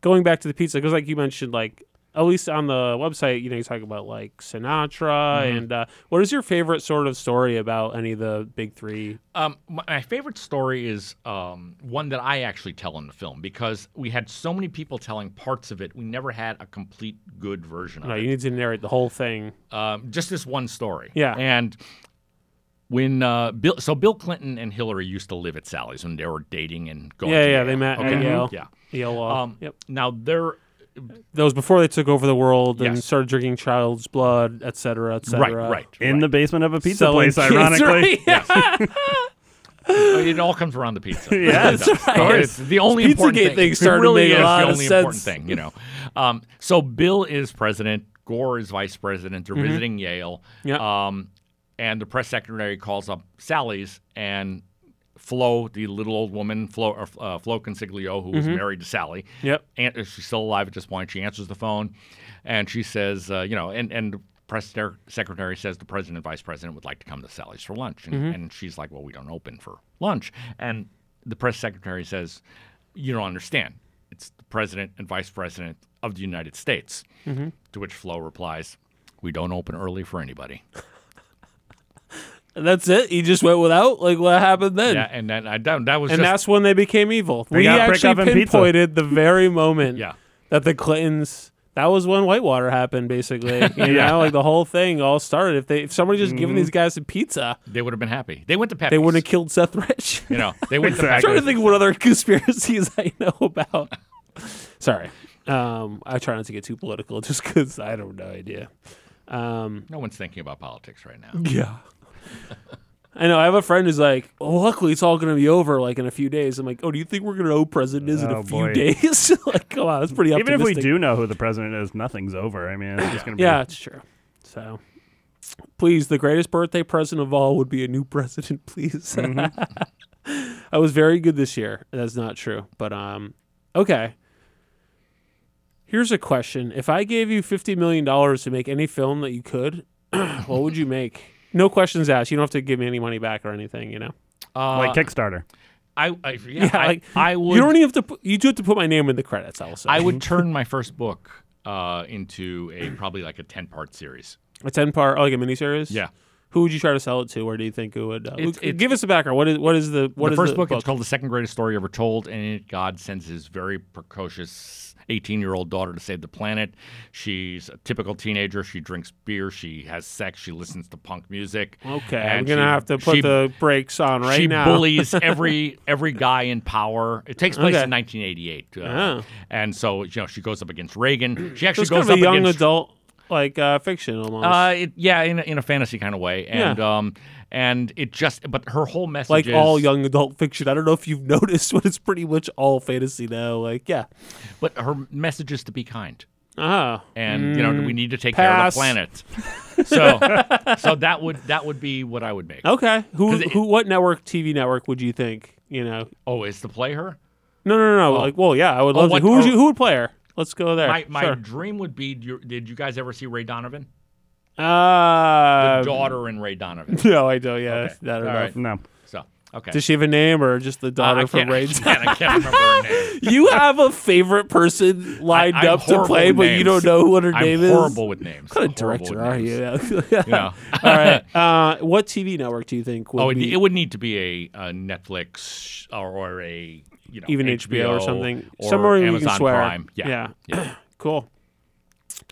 Speaker 2: going back to the pizza, because like you mentioned, like at least on the website, you know, you talk about like Sinatra
Speaker 4: Mm-hmm.
Speaker 2: and uh, what is your favorite sort of story about any of the big three?
Speaker 4: Um, my, my favorite story is um, one that I actually tell in the film because we had so many people telling parts of it, we never had a complete good version of
Speaker 2: No,
Speaker 4: it.
Speaker 2: you need to narrate the whole thing.
Speaker 4: um, just this one story.
Speaker 2: Yeah.
Speaker 4: And when uh, Bill, so Bill Clinton and Hillary used to live at Sally's when they were dating and going.
Speaker 2: yeah,
Speaker 4: to
Speaker 2: yeah,
Speaker 4: Yale.
Speaker 2: they met at
Speaker 4: Okay.
Speaker 2: Yale.
Speaker 4: Yeah.
Speaker 2: Yale Law.
Speaker 4: Um,
Speaker 2: yep.
Speaker 4: Now they're
Speaker 2: That was before they took over the world and
Speaker 4: Yes.
Speaker 2: started drinking child's blood, et cetera, et
Speaker 4: right,
Speaker 2: cetera.
Speaker 4: right,
Speaker 3: In the basement of a pizza
Speaker 2: Selling
Speaker 3: place,
Speaker 2: kids,
Speaker 3: ironically.
Speaker 2: right? Yeah.
Speaker 4: right. it all comes around the pizza.
Speaker 3: Yeah,
Speaker 4: It does. So it's the only
Speaker 2: Pizzagate
Speaker 4: important thing.
Speaker 2: thing
Speaker 4: It
Speaker 2: started to
Speaker 4: really
Speaker 2: make a
Speaker 4: is
Speaker 2: lot
Speaker 4: the
Speaker 2: of
Speaker 4: only important
Speaker 2: sense.
Speaker 4: thing, you know. Um, so Bill is president. Gore is vice president. They're visiting Yale.
Speaker 2: Mm-hmm. Yeah.
Speaker 4: Um, and the press secretary calls up Sally's and Flo, the little old woman, Flo, or, uh, Flo Consiglio, who was married to Sally.
Speaker 2: Mm-hmm. Yep.
Speaker 4: an- she's still alive at this point. She answers the phone, and she says, uh, you know, and and the press sec- secretary says the president and vice president would like to come to Sally's for lunch, and,
Speaker 2: Mm-hmm.
Speaker 4: and she's like, well, we don't open for lunch, and the press secretary says, you don't understand. It's the president and vice president of the United States.
Speaker 2: Mm-hmm.
Speaker 4: To which Flo replies, we don't open early for anybody.
Speaker 2: And that's it. He just went without. Like what happened then?
Speaker 4: yeah, and then I that, that was
Speaker 2: and
Speaker 4: just,
Speaker 2: that's when they became evil. we
Speaker 3: got brick
Speaker 2: actually
Speaker 3: oven pizza.
Speaker 2: pinpointed the very moment
Speaker 4: Yeah.
Speaker 2: that the Clintons. That was when Whitewater happened, basically. You know, like the whole thing all started. If they, if somebody just given these guys a pizza,
Speaker 4: they would have been happy. They went to Pepe's.
Speaker 2: they wouldn't have killed Seth Rich.
Speaker 4: you know, they went
Speaker 2: I'm
Speaker 4: to
Speaker 2: trying to
Speaker 4: Pepe's.
Speaker 2: think of what other conspiracies I know about. Sorry, um, I try not to get too political, just because I don't no idea. Um,
Speaker 4: No one's thinking about politics right now.
Speaker 2: Yeah. I know. I have a friend who's like, "Oh, luckily it's all going to be over like in a few days." I'm like, "Oh, do you think we're going to know who president is in a
Speaker 3: Oh,
Speaker 2: few
Speaker 3: boy.
Speaker 2: days?" like, come on, that's pretty
Speaker 3: Even
Speaker 2: optimistic.
Speaker 3: if we do know who the president is, nothing's over. I mean, it's just going to be.
Speaker 2: yeah, it's true. So, please, the greatest birthday present of all would be a new president, please.
Speaker 4: Mm-hmm.
Speaker 2: I was very good this year. That's not true, but um, okay. Here's a question: If I gave you fifty million dollars to make any film that you could, what would you make? No questions asked. You don't have to give me any money back or anything. You know.
Speaker 4: Uh,
Speaker 3: like Kickstarter.
Speaker 4: I, I yeah,
Speaker 2: Yeah,
Speaker 4: I,
Speaker 2: like,
Speaker 4: I would.
Speaker 2: You don't even have to. Put, you do have to put my name in the credits. I will say.
Speaker 4: I would turn my first book uh, into a probably like a ten part series.
Speaker 2: a ten part, oh, like a miniseries.
Speaker 4: Yeah.
Speaker 2: Who would you try to sell it to? Or do you think it would? Uh, who-
Speaker 4: It's- it's-
Speaker 2: give us a background. What is what is the what
Speaker 4: the
Speaker 2: is
Speaker 4: first book, it's called "The Second Greatest Story Ever Told," and in it God sends his very precocious eighteen-year-old daughter to save the planet. She's a typical teenager. She drinks beer. She has sex. She listens to punk music.
Speaker 2: Okay,
Speaker 4: and
Speaker 2: I'm gonna
Speaker 4: she-
Speaker 2: have to put
Speaker 4: she-
Speaker 2: the brakes on right
Speaker 4: she
Speaker 2: now.
Speaker 4: bullies every every guy in power. It takes place
Speaker 2: Okay.
Speaker 4: in 1988, uh,
Speaker 2: Oh.
Speaker 4: and so you know she goes up against Reagan. She
Speaker 2: So
Speaker 4: actually
Speaker 2: it's
Speaker 4: goes
Speaker 2: kind of
Speaker 4: up
Speaker 2: a young
Speaker 4: against
Speaker 2: adult like uh, fiction almost.
Speaker 4: Uh, it, yeah, in a, in a fantasy kind of way, and um, and it just, but her whole message
Speaker 2: like
Speaker 4: is,
Speaker 2: all young adult fiction. I don't know if you've noticed, but it's pretty much all fantasy now. Like, yeah.
Speaker 4: but her message is to be kind,
Speaker 2: Ah.
Speaker 4: and you know we need to take
Speaker 2: pass.
Speaker 4: care of the planet. So, so that would that would be what I would make.
Speaker 2: Okay. Who
Speaker 4: 'Cause it-
Speaker 2: who what network TV network would you think, you know?
Speaker 4: Oh, is to play her?
Speaker 2: No, no, no, no. Like, well, yeah, I would
Speaker 4: Oh,
Speaker 2: love
Speaker 4: what-
Speaker 2: to. Who would
Speaker 4: or-
Speaker 2: you, who would play her? Let's go there.
Speaker 4: My my
Speaker 2: Sure.
Speaker 4: dream would be. do you- Did you guys ever see Ray Donovan? The
Speaker 2: Uh,
Speaker 4: daughter in Ray Donovan.
Speaker 2: no, I don't. Yeah,
Speaker 4: Okay.
Speaker 2: I don't know.
Speaker 4: All right.
Speaker 3: No.
Speaker 4: So okay.
Speaker 2: Does she have a name or just the
Speaker 4: Uh,
Speaker 2: daughter
Speaker 4: I
Speaker 2: from
Speaker 4: can't, I
Speaker 2: Ray?
Speaker 4: can't, I can't remember her name.
Speaker 2: you have a favorite person lined
Speaker 4: I'm
Speaker 2: up to
Speaker 4: horrible
Speaker 2: play,
Speaker 4: with
Speaker 2: but you
Speaker 4: names.
Speaker 2: don't know what her
Speaker 4: I'm
Speaker 2: name is.
Speaker 4: horrible with names.
Speaker 2: What kind of
Speaker 4: Horrible
Speaker 2: director
Speaker 4: with
Speaker 2: are
Speaker 4: names.
Speaker 2: you?
Speaker 4: You know.
Speaker 2: All right. Uh, what TV network do you think would
Speaker 4: Oh, it,
Speaker 2: be
Speaker 4: it would need to be a, a Netflix or, or a you know
Speaker 2: even HBO, or something?
Speaker 4: or
Speaker 2: Somewhere you
Speaker 4: Amazon
Speaker 2: can swear.
Speaker 4: Prime. Yeah.
Speaker 2: yeah.
Speaker 4: yeah.
Speaker 2: cool.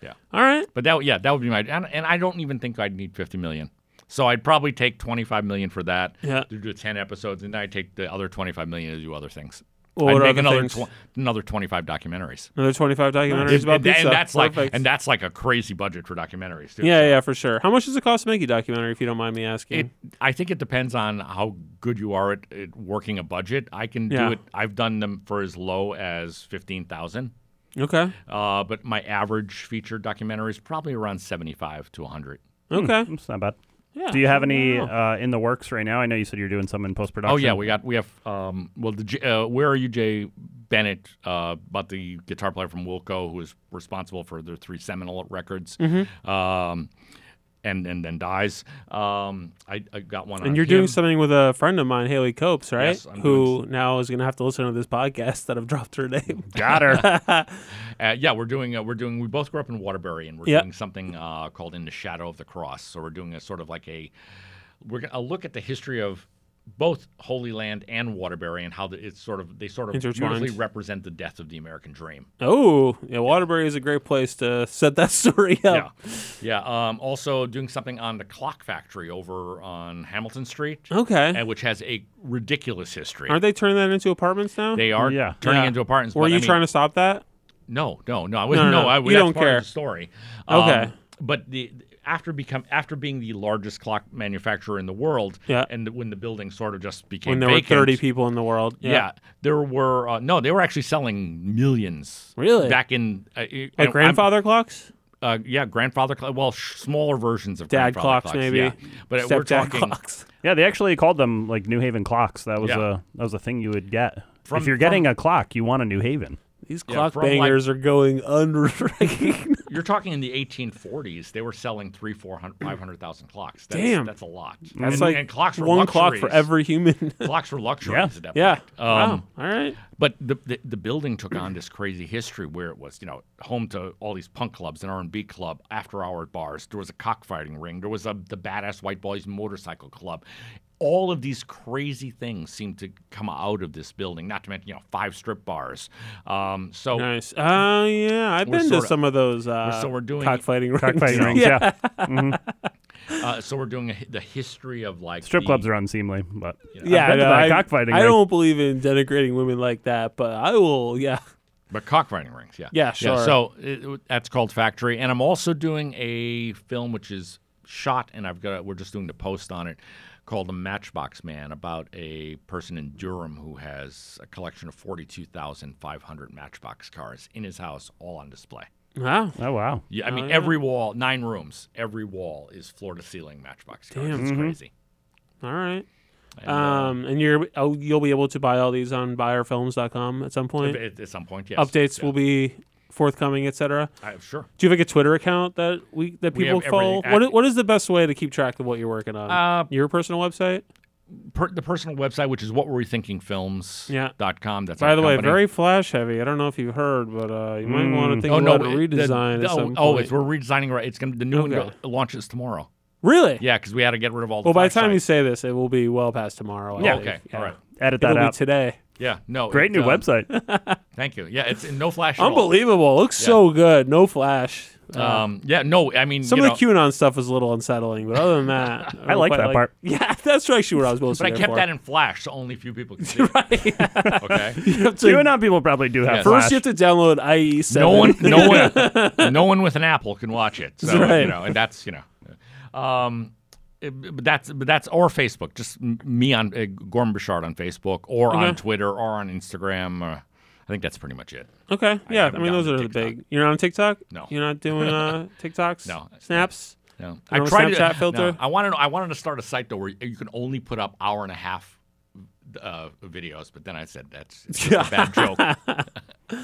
Speaker 4: Yeah.
Speaker 2: All right.
Speaker 4: But that yeah that would be my and, and I don't even think I'd need fifty million. So I'd probably take twenty five million for that.
Speaker 2: Yeah.
Speaker 4: To do ten episodes, and then I take the other twenty five million to do other things.
Speaker 2: Well,
Speaker 4: I'd
Speaker 2: what
Speaker 4: make
Speaker 2: other
Speaker 4: another
Speaker 2: things?
Speaker 4: another twenty five documentaries.
Speaker 2: Another 25 documentaries
Speaker 4: And,
Speaker 2: about
Speaker 4: and-
Speaker 2: pizza.
Speaker 4: and that's like
Speaker 2: Perfect.
Speaker 4: and that's like a crazy budget for documentaries. Too.
Speaker 2: yeah,
Speaker 4: So
Speaker 2: yeah, for sure. How much does it cost to make a documentary, if you don't mind me asking?
Speaker 4: It, I think it depends on how good you are at, at working a budget. I can
Speaker 2: Yeah.
Speaker 4: do it. I've done them for as low as fifteen thousand.
Speaker 2: okay.
Speaker 4: Uh, but my average feature documentary is probably around 75 to 100.
Speaker 2: Okay.
Speaker 3: It's not bad.
Speaker 2: Yeah.
Speaker 3: Do you have any
Speaker 2: Wow.
Speaker 3: uh, in the works right now? I know you said you're doing some in post production.
Speaker 4: Oh yeah, we got we have um well the J- uh, where are you Jay Bennett uh about the guitar player from Wilco who is responsible for their three seminal records.
Speaker 2: Mm-hmm.
Speaker 4: Um and and then dies. Um I, I got one on
Speaker 2: And you're
Speaker 4: him.
Speaker 2: doing something with a friend of mine, Haley Copes, right?
Speaker 4: Yes, I'm
Speaker 2: Who now is going to have to listen to this podcast that I've dropped her name.
Speaker 3: got her.
Speaker 4: Uh, yeah, we're doing. Uh, we're doing. We both grew up in Waterbury, and we're
Speaker 2: Yeah.
Speaker 4: doing something uh, called "In the Shadow of the Cross." So we're doing a sort of like a we're gonna a look at the history of both Holy Land and Waterbury, and how the, it's sort of they sort of
Speaker 2: Intertwined.
Speaker 4: usually represent the death of the American dream.
Speaker 2: oh, yeah. Waterbury is a great place to set that story
Speaker 4: Yeah,
Speaker 2: up.
Speaker 4: yeah. Um, also doing something on the Clock Factory over on Hamilton Street,
Speaker 2: Okay.
Speaker 4: and which has a ridiculous history.
Speaker 2: Aren't they turning that into apartments now?
Speaker 4: They are
Speaker 3: Yeah.
Speaker 4: turning
Speaker 2: Yeah.
Speaker 4: into apartments.
Speaker 2: Were
Speaker 4: but,
Speaker 2: you
Speaker 4: I mean,
Speaker 2: trying to stop that?
Speaker 4: No, no, no. I wasn't.
Speaker 2: No,
Speaker 4: No,
Speaker 2: no,
Speaker 4: I,
Speaker 2: you
Speaker 4: that's
Speaker 2: don't
Speaker 4: part
Speaker 2: care.
Speaker 4: Of the story. Um,
Speaker 2: Okay.
Speaker 4: But the after become after being the largest clock manufacturer in the world,
Speaker 2: Yeah.
Speaker 4: and when the building sort of just became
Speaker 2: When there
Speaker 4: vacant,
Speaker 2: were 30 people in the world.
Speaker 4: Yeah. there were uh, no. They were actually selling millions.
Speaker 2: Really?
Speaker 4: Back in uh, you know,
Speaker 2: Like
Speaker 4: I'm-
Speaker 2: grandfather clocks?
Speaker 4: Uh, yeah, grandfather clock. Well, sh- smaller versions of
Speaker 2: Dad
Speaker 4: grandfather
Speaker 2: clocks, maybe.
Speaker 4: Yeah. But it- we're
Speaker 2: Stepdad
Speaker 4: talking
Speaker 2: clocks.
Speaker 3: Yeah, they actually called them like New Haven clocks. That was
Speaker 4: Yeah.
Speaker 3: a that was a thing you would get.
Speaker 4: From-
Speaker 3: if you're
Speaker 4: from-
Speaker 3: getting a clock, you want a New Haven.
Speaker 2: These
Speaker 4: Yeah,
Speaker 2: clock
Speaker 4: from, like-
Speaker 2: bangers are going unrecognized.
Speaker 4: You're talking in the 1840s. They were selling three, four hundred, five hundred thousand clocks. That's,
Speaker 2: Damn.
Speaker 4: that's a lot.
Speaker 2: That's
Speaker 4: and,
Speaker 2: like
Speaker 4: and clocks were
Speaker 2: one clock for
Speaker 4: luxuries. Um,
Speaker 2: every human.
Speaker 4: Clocks were luxuries.
Speaker 3: Yeah.
Speaker 4: At that
Speaker 2: yeah.
Speaker 4: point.
Speaker 2: wow. All right.
Speaker 4: But the, the the building took on this crazy history where it was, you know, home to all these punk clubs and R and B club, after hour bars. There was a cockfighting ring. There was a the badass white boys motorcycle club. All of these crazy things seem to come out of this building. Not to mention, you know, five strip bars. Um, so
Speaker 2: Nice. Oh yeah, I've
Speaker 4: We're
Speaker 2: been to
Speaker 4: sorta-
Speaker 2: some of those. Uh,
Speaker 4: so we're doing-
Speaker 2: cockfighting rings.
Speaker 3: Cockfighting rings. Yeah,
Speaker 4: uh, so we're doing a, hi- the history of like
Speaker 3: strip
Speaker 4: the-
Speaker 3: clubs are unseemly, but
Speaker 2: Yeah,
Speaker 3: I've been to
Speaker 2: no,
Speaker 3: that
Speaker 2: I,
Speaker 3: cockfighting
Speaker 2: I
Speaker 3: ring.
Speaker 2: don't believe in denigrating women like that, but I will. Yeah,
Speaker 4: But cockfighting rings, yeah.
Speaker 2: Yeah, sure.
Speaker 4: so it, it- that's called Factory, and I'm also doing a film which is shot, and I've got we're just doing the post on it called The Matchbox Man about a person in Durham who has a collection of 42,500 Matchbox cars in his house, all on display.
Speaker 2: wow.
Speaker 3: Oh wow,
Speaker 4: Yeah, I mean every wall, nine rooms, every wall is floor to ceiling Matchbox cars.
Speaker 2: Damn. Mm-hmm.
Speaker 4: It's crazy.
Speaker 2: All right.
Speaker 4: And, uh,
Speaker 2: Um, and you're oh, you'll be able to buy all these on buyerfilms.com at some point.
Speaker 4: at, at some point, yes.
Speaker 2: Updates will be forthcoming, etc.
Speaker 4: I, sure.
Speaker 2: Do you have like a Twitter account that we that
Speaker 4: We
Speaker 2: people
Speaker 4: have
Speaker 2: follow?
Speaker 4: everything.
Speaker 2: What i- what is the best way to keep track of what you're working on?
Speaker 4: Uh,
Speaker 2: Your personal website.
Speaker 4: Per, the personal website, which is what were we thinking films.
Speaker 2: Yeah.
Speaker 4: Dot com. That's
Speaker 2: By
Speaker 4: our
Speaker 2: the way,
Speaker 4: company.
Speaker 2: very flash heavy. I don't know if you've heard, but uh, you might want to think
Speaker 4: Oh no,
Speaker 2: about a
Speaker 4: it- the-
Speaker 2: redesign
Speaker 4: the-
Speaker 2: at some
Speaker 4: oh,
Speaker 2: point. Oh,
Speaker 4: it's we're redesigning right. It's gonna the new one
Speaker 2: Okay.
Speaker 4: go- launches tomorrow.
Speaker 2: really?
Speaker 4: Yeah, because we had to get rid of all. the
Speaker 2: Well, by the time you
Speaker 4: flashlights.
Speaker 2: say this, it will be well past tomorrow. I
Speaker 4: Yeah,
Speaker 2: believe.
Speaker 4: okay, all right.
Speaker 3: edit that
Speaker 2: It'll
Speaker 3: out.
Speaker 2: be today.
Speaker 4: yeah, no,
Speaker 3: Great
Speaker 4: it,
Speaker 3: new
Speaker 4: uh,
Speaker 3: website.
Speaker 4: Thank you. Yeah, it's no flash. at all.
Speaker 2: Unbelievable. Looks so good. No flash.
Speaker 4: Um, yeah, no, I mean
Speaker 2: Some
Speaker 4: you
Speaker 2: of
Speaker 4: know,
Speaker 2: the QAnon stuff was a little unsettling, but other than that,
Speaker 3: I like
Speaker 2: quite
Speaker 3: that part.
Speaker 2: Yeah, that's actually what I was supposed
Speaker 4: But I
Speaker 2: to.
Speaker 4: kept that in flash, so only a few people can see. it. Okay.
Speaker 3: Two and people probably do have
Speaker 4: Yes.
Speaker 2: First,
Speaker 3: flash.
Speaker 2: you have to download IE seven.
Speaker 4: No one, no one, no one with an Apple can watch it. So
Speaker 2: Right.
Speaker 4: you know, and that's you know, um, it- but that's but that's or Facebook, just m- me on uh, Gorman Bouchard on Facebook or on Twitter or on Instagram. Uh, I think that's pretty much it.
Speaker 2: Okay, yeah. I,
Speaker 4: haven't
Speaker 2: mean, those
Speaker 4: gotten to
Speaker 2: are the
Speaker 4: TikTok.
Speaker 2: big. You're not on TikTok.
Speaker 4: No.
Speaker 2: You're not doing uh, TikToks.
Speaker 4: No.
Speaker 2: Snaps.
Speaker 4: No,
Speaker 2: You know, Snapchat filter?
Speaker 4: no, I want to. know. I wanted to start a site though where you can only put up hour and a half uh, videos, but then I said that's it's just a bad joke.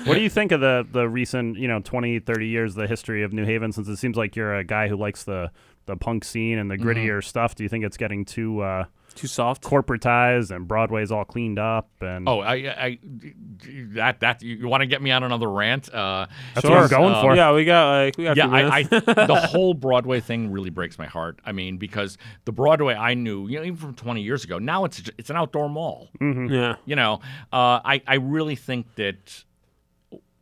Speaker 3: what do you think of the the recent, you know, 20, 30 years the history of New Haven since it seems like you're a guy who likes the the punk scene and the
Speaker 2: Mm-hmm.
Speaker 3: grittier stuff. Do you think it's getting too uh,
Speaker 2: Too soft.
Speaker 3: corporatized and Broadway's all cleaned up and
Speaker 4: Oh, I, I that that you want to get me on another rant? Uh,
Speaker 3: That's what I'm going for.
Speaker 2: Yeah, we got like we got.
Speaker 4: yeah,
Speaker 2: a few minutes.
Speaker 4: I, I the whole Broadway thing really breaks my heart. I mean, because the Broadway I knew, you know, even from 20 years ago, now it's ju- it's an outdoor mall.
Speaker 2: yeah.
Speaker 4: You know, uh, I I really think that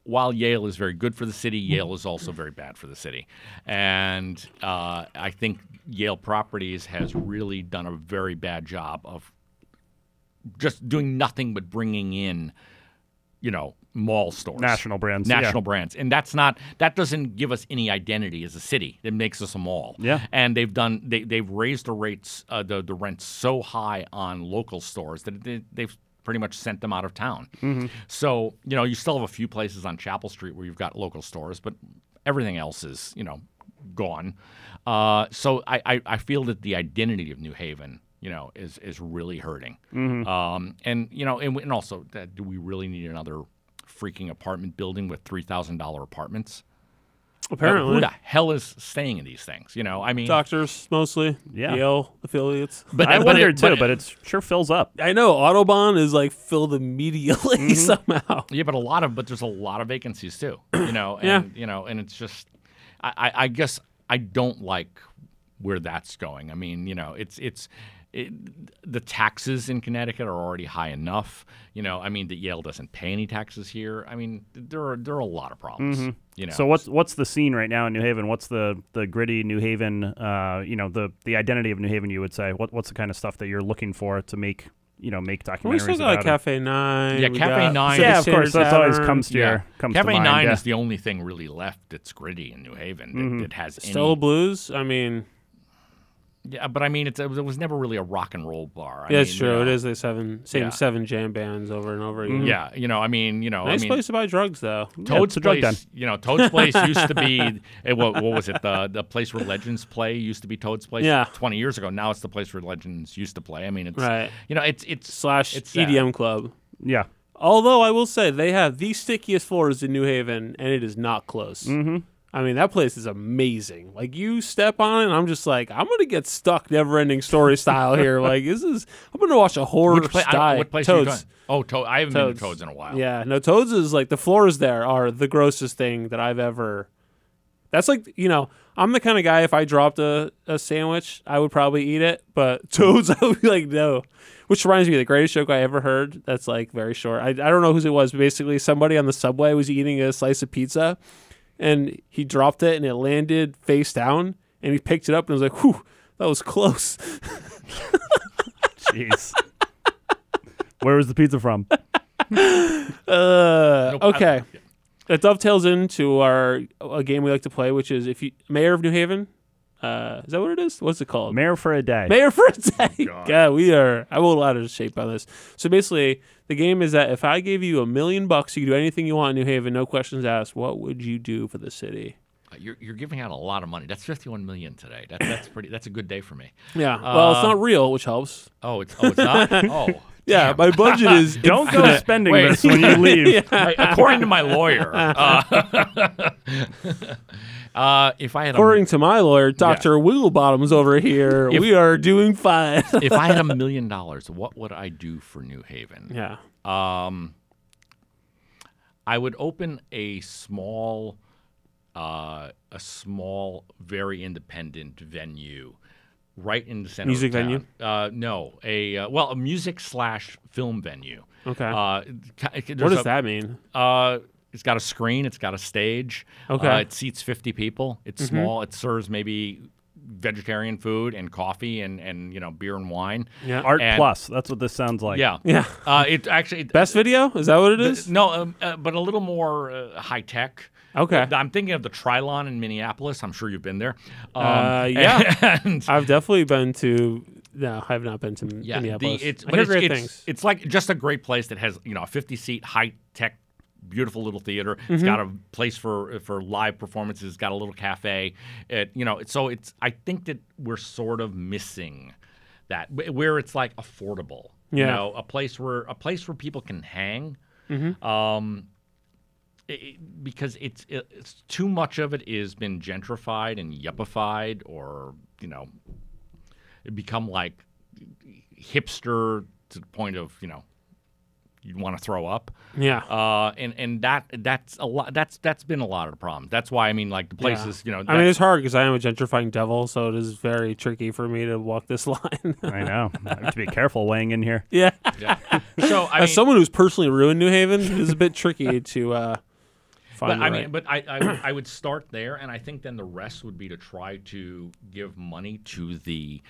Speaker 4: while Yale is very good for the city,
Speaker 3: Mm-hmm.
Speaker 4: Yale is also very bad for the city, and uh, I think Yale Properties has really done a very bad job of just doing nothing but bringing in, you know, mall stores,
Speaker 3: national brands? Yeah.
Speaker 4: national brands and that's not that doesn't give us any identity as a city it makes us a mall
Speaker 3: Yeah.
Speaker 4: and they've done they, they've raised the rates uh, the, the rents so high on local stores that they, they've pretty much sent them out of town so you know you still have a few places on chapel street where you've got local stores but everything else is you know gone uh, so I, I, I feel that the identity of new haven you know, is is really hurting. Um, and you know, and, we- and also, that, do we really need another freaking apartment building with three thousand dollar apartments?
Speaker 2: Apparently,
Speaker 4: who the hell is staying in these things? You know, I mean,
Speaker 2: doctors mostly.
Speaker 3: Yeah.
Speaker 2: Yale affiliates.
Speaker 4: but
Speaker 3: I
Speaker 4: but
Speaker 3: wonder
Speaker 4: it-
Speaker 3: too, but,
Speaker 4: it-
Speaker 3: it sure fills up.
Speaker 2: I know Autobahn is like filled immediately
Speaker 4: Mm-hmm.
Speaker 2: somehow.
Speaker 4: yeah, but a lot of but there's a lot of vacancies too. You know,
Speaker 2: Yeah.
Speaker 4: and you know, and it's just, I, I, I guess I don't like where that's going. I mean, you know, it's it's. It, the taxes in Connecticut are already high enough. You know, I mean, that Yale doesn't pay any taxes here. I mean, there are there are a lot of problems. You know,
Speaker 3: So what's what's the scene right now in New Haven? What's the the gritty New Haven? Uh, you know the the identity of New Haven. You would say what what's the kind of stuff that you're looking for to make you know make documentaries
Speaker 2: We still got like
Speaker 3: about it?
Speaker 2: Cafe Nine.
Speaker 4: Yeah,
Speaker 2: we
Speaker 4: Cafe
Speaker 2: got
Speaker 4: Nine-
Speaker 2: Pacific
Speaker 3: Yeah, of course.
Speaker 2: Standard
Speaker 3: That's always
Speaker 2: Tavern.
Speaker 3: comes to your comes
Speaker 4: Cafe
Speaker 3: to mind.
Speaker 4: Nine
Speaker 3: yeah.
Speaker 4: is the only thing really left that's gritty in New Haven that, that has any.
Speaker 2: Stella Blues. I mean,
Speaker 4: Yeah, but I mean, it's, it was- it was never really a rock and roll bar. I
Speaker 2: yeah, it's
Speaker 4: mean,
Speaker 2: true.
Speaker 4: you
Speaker 2: It
Speaker 4: know,
Speaker 2: is the seven same
Speaker 4: Yeah. Mm-hmm.
Speaker 2: seven jam bands over and over again.
Speaker 4: Yeah, you know, I mean, you know,
Speaker 2: nice
Speaker 4: I mean,
Speaker 2: place to buy drugs though.
Speaker 3: it's
Speaker 4: Toad's
Speaker 3: a drug
Speaker 4: place, you know, Toad's place used to be eh, what, what was it? The the place where legends play used to be Toad's place.
Speaker 2: Yeah.
Speaker 4: twenty years ago. Now it's the place where legends used to play. I mean, it's
Speaker 2: Right.
Speaker 4: You know, it's it's
Speaker 2: Slash E
Speaker 4: it's uh, sad.
Speaker 2: EDM club.
Speaker 3: Yeah.
Speaker 2: Although I will say they have the stickiest floors in New Haven, and it is not close. Mm-hmm. I mean that place is amazing. Like you step on it, and I'm just like I'm gonna get stuck, never-ending story style here. Like this is I'm gonna watch a horror
Speaker 4: Which pla- I don't-
Speaker 2: style.
Speaker 4: what place are you
Speaker 2: Toads.
Speaker 4: going? Oh, Toad. I haven't been to Toads in a while.
Speaker 2: Yeah, no, Toads is like the floors there are the grossest thing that I've ever. That's like you know I'm the kind of guy if I dropped a, a sandwich I would probably eat it, but Toads I would be like no. Which reminds me of the greatest joke I ever heard. That's like very short. I I don't know whose it was. But basically, somebody on the subway was eating a slice of pizza, and he dropped it and it landed face down, and he picked it up and was like, "Whew, that was close."
Speaker 3: Jeez. Where was the pizza from?
Speaker 2: Uh,
Speaker 4: Nope, I-
Speaker 2: okay. That dovetails into our a game we like to play, which is if you mayor of New Haven. Uh, is that what it is? What's it called?
Speaker 3: Mayor for a day.
Speaker 2: Mayor for a day. God. we are. I'm a little out of shape by this. So basically, the game is that if I gave you a million bucks, you could do anything you want in New Haven, no questions asked. What would you do for the city?
Speaker 4: You're, you're giving out a lot of money. That's 51 million today. That, that's pretty. That's a good day for me.
Speaker 2: Yeah. well, it's not real, which helps.
Speaker 4: Oh, it's oh, it's not. Oh,
Speaker 2: Yeah,
Speaker 4: damn.
Speaker 2: my budget is.
Speaker 3: Don't go spending
Speaker 4: Wait.
Speaker 3: this when you leave.
Speaker 4: My- according to my lawyer. Uh, uh, if I had a
Speaker 2: According to my lawyer, Doctor Wigglebottoms over here, we are doing fine.
Speaker 4: if I had a million dollars, what would I do for New Haven?
Speaker 2: yeah.
Speaker 4: I would open a small, uh, a small, very independent venue, right in the center.
Speaker 2: Music
Speaker 4: of town.
Speaker 2: venue?
Speaker 4: Uh, no, a uh, well, a music slash film venue.
Speaker 2: Okay.
Speaker 4: Uh,
Speaker 2: what does that mean?
Speaker 4: Uh, it's got a screen. It's got a stage.
Speaker 2: Okay. Mm-hmm.
Speaker 4: Uh, it seats 50 people. It's small. It serves maybe vegetarian food and coffee and, and you know beer and wine.
Speaker 2: Yeah.
Speaker 3: Art
Speaker 4: And-
Speaker 3: Plus. That's what this sounds like.
Speaker 4: Yeah.
Speaker 2: Yeah.
Speaker 4: Uh, it actually. it-
Speaker 2: Best video? Is that what it
Speaker 4: th-
Speaker 2: is?
Speaker 4: no, um, uh, but a little more uh, high tech.
Speaker 2: Okay.
Speaker 4: I'm thinking of the Trilon in Minneapolis. I'm sure you've been there. Um,
Speaker 2: Uh, yeah.
Speaker 4: and-
Speaker 2: I've definitely been to. No, I've not been to
Speaker 4: yeah, the-
Speaker 2: Minneapolis.
Speaker 4: it's,
Speaker 2: I
Speaker 4: but
Speaker 2: hear
Speaker 4: it's,
Speaker 2: great
Speaker 4: it's-
Speaker 2: things.
Speaker 4: it's like just a great place that has you know a 50 seat high tech, beautiful little theater.
Speaker 2: Mm-hmm.
Speaker 4: It's got a place for for live performances. It's got a little cafe. It you know so it's I think that we're sort of missing that wh- where it's like affordable. You
Speaker 2: Yeah.
Speaker 4: know, a place where a place where people can hang.
Speaker 2: Mm-hmm.
Speaker 4: Um, i- i because it's, it's too much of it is been gentrified and yuppified or you know it become like hipster to the point of you know you want to throw up
Speaker 2: yeah.
Speaker 4: uh, and and that that's a lot that's that's been a lot of the problems that's why i mean like the places you know
Speaker 2: I mean,
Speaker 4: that-
Speaker 2: it's hard because I am a gentrifying devil, so it is very tricky for me to walk this line.
Speaker 3: I know. I have to be careful weighing in here.
Speaker 2: yeah.
Speaker 4: so i mean,
Speaker 2: As someone who's personally ruined New Haven, it is a bit tricky to uh,
Speaker 4: but
Speaker 2: find.
Speaker 4: I
Speaker 2: the
Speaker 4: mean,
Speaker 2: right-
Speaker 4: but I, I, would- I would start there, and I think then the rest would be to try to give money to the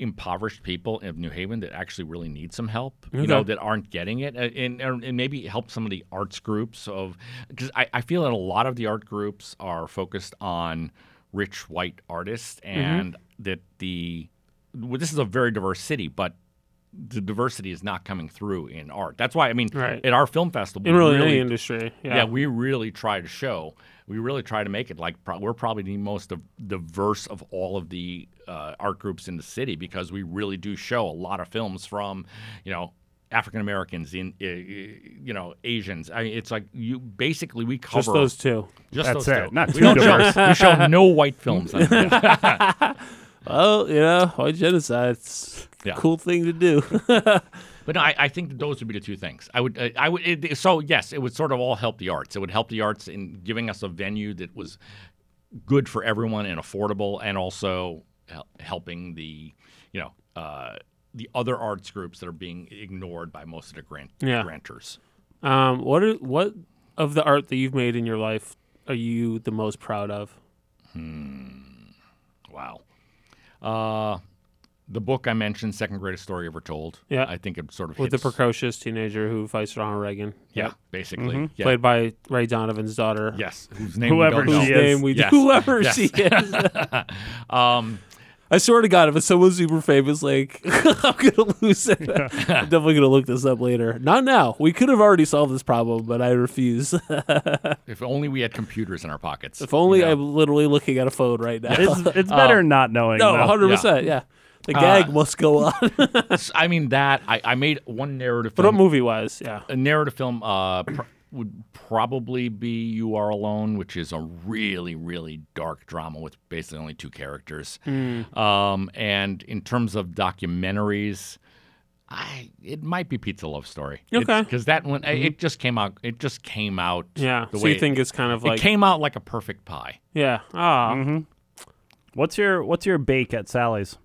Speaker 4: impoverished people of New Haven that actually really need some help, you know,
Speaker 2: Okay.
Speaker 4: that aren't getting it, a- and and and maybe help some of the arts groups of because I, I feel that a lot of the art groups are focused on rich white artists,
Speaker 2: Mm-hmm.
Speaker 4: and that the well, this is a very diverse city, but. The diversity is not coming through in art. That's why I mean,
Speaker 2: Right.
Speaker 4: at our film festival,
Speaker 2: in
Speaker 4: we
Speaker 2: really, any
Speaker 4: really
Speaker 2: industry, yeah.
Speaker 4: yeah. we really try to show. We really try to make it like pro- we're probably the most div- diverse of all of the uh, art groups in the city because we really do show a lot of films from, you know, African Americans in, uh, you know, Asians. I mean, it's like you basically we cover
Speaker 2: just those two.
Speaker 4: just
Speaker 3: That's
Speaker 4: those
Speaker 3: it.
Speaker 4: two.
Speaker 3: Not
Speaker 4: we
Speaker 3: too
Speaker 4: don't
Speaker 3: diverse.
Speaker 4: show, we show no white films. on the-
Speaker 2: Well, you know, white genocide. It's a
Speaker 4: Yeah.
Speaker 2: cool thing to do.
Speaker 4: But no, I, I think that those would be the two things. I would, uh, I would. It, so yes, it would sort of all help the arts. It would help the arts in giving us a venue that was good for everyone and affordable, and also hel- helping the, you know, uh, the other arts groups that are being ignored by most of the grant
Speaker 2: Yeah.
Speaker 4: grantors.
Speaker 2: um, what are what of the art that you've made in your life are you the most proud of?
Speaker 4: Wow. Uh, the book I mentioned, second greatest story ever told.
Speaker 2: Yeah.
Speaker 4: I think it sort of
Speaker 2: With
Speaker 4: hits,
Speaker 2: the precocious teenager who fights Ronald Reagan.
Speaker 4: yeah, basically, yeah.
Speaker 2: Mm-hmm. played by Ray Donovan's daughter.
Speaker 4: yes, whose name we
Speaker 3: Whoever
Speaker 4: don't know.
Speaker 2: whose
Speaker 3: she is.
Speaker 2: name we
Speaker 4: Yes.
Speaker 2: whoever
Speaker 4: Yes.
Speaker 2: she is.
Speaker 4: Um,
Speaker 2: I swear to God, if it's someone super famous, like I'm gonna lose it. I'm definitely gonna look this up later. Not now. We could have already solved this problem, but I refuse.
Speaker 4: If only we had computers in our pockets.
Speaker 2: if only
Speaker 4: you know?
Speaker 2: I'm literally looking at a phone right now.
Speaker 3: It's, it's better not knowing.
Speaker 2: no,
Speaker 3: though.
Speaker 2: 100. percent Yeah, the
Speaker 4: Uh,
Speaker 2: gag must go on.
Speaker 4: S- I mean that. I, I made one narrative
Speaker 2: but
Speaker 4: film.
Speaker 2: movie wise, yeah.
Speaker 4: a narrative film uh, pr- would probably be You Are Alone, which is a really, really dark drama with basically only two characters.
Speaker 2: Hmm.
Speaker 4: Um, and in terms of documentaries, I it might be Pizza Love Story.
Speaker 2: Okay. Mm-hmm.
Speaker 4: Because that one, I- it just came out. It just came out.
Speaker 2: Yeah.
Speaker 4: The
Speaker 2: so
Speaker 4: way
Speaker 2: you think it's kind of
Speaker 4: it,
Speaker 2: like
Speaker 4: it came Mm-hmm. out like a perfect pie.
Speaker 2: yeah. Ah,
Speaker 3: What's your What's your bake at Sally's?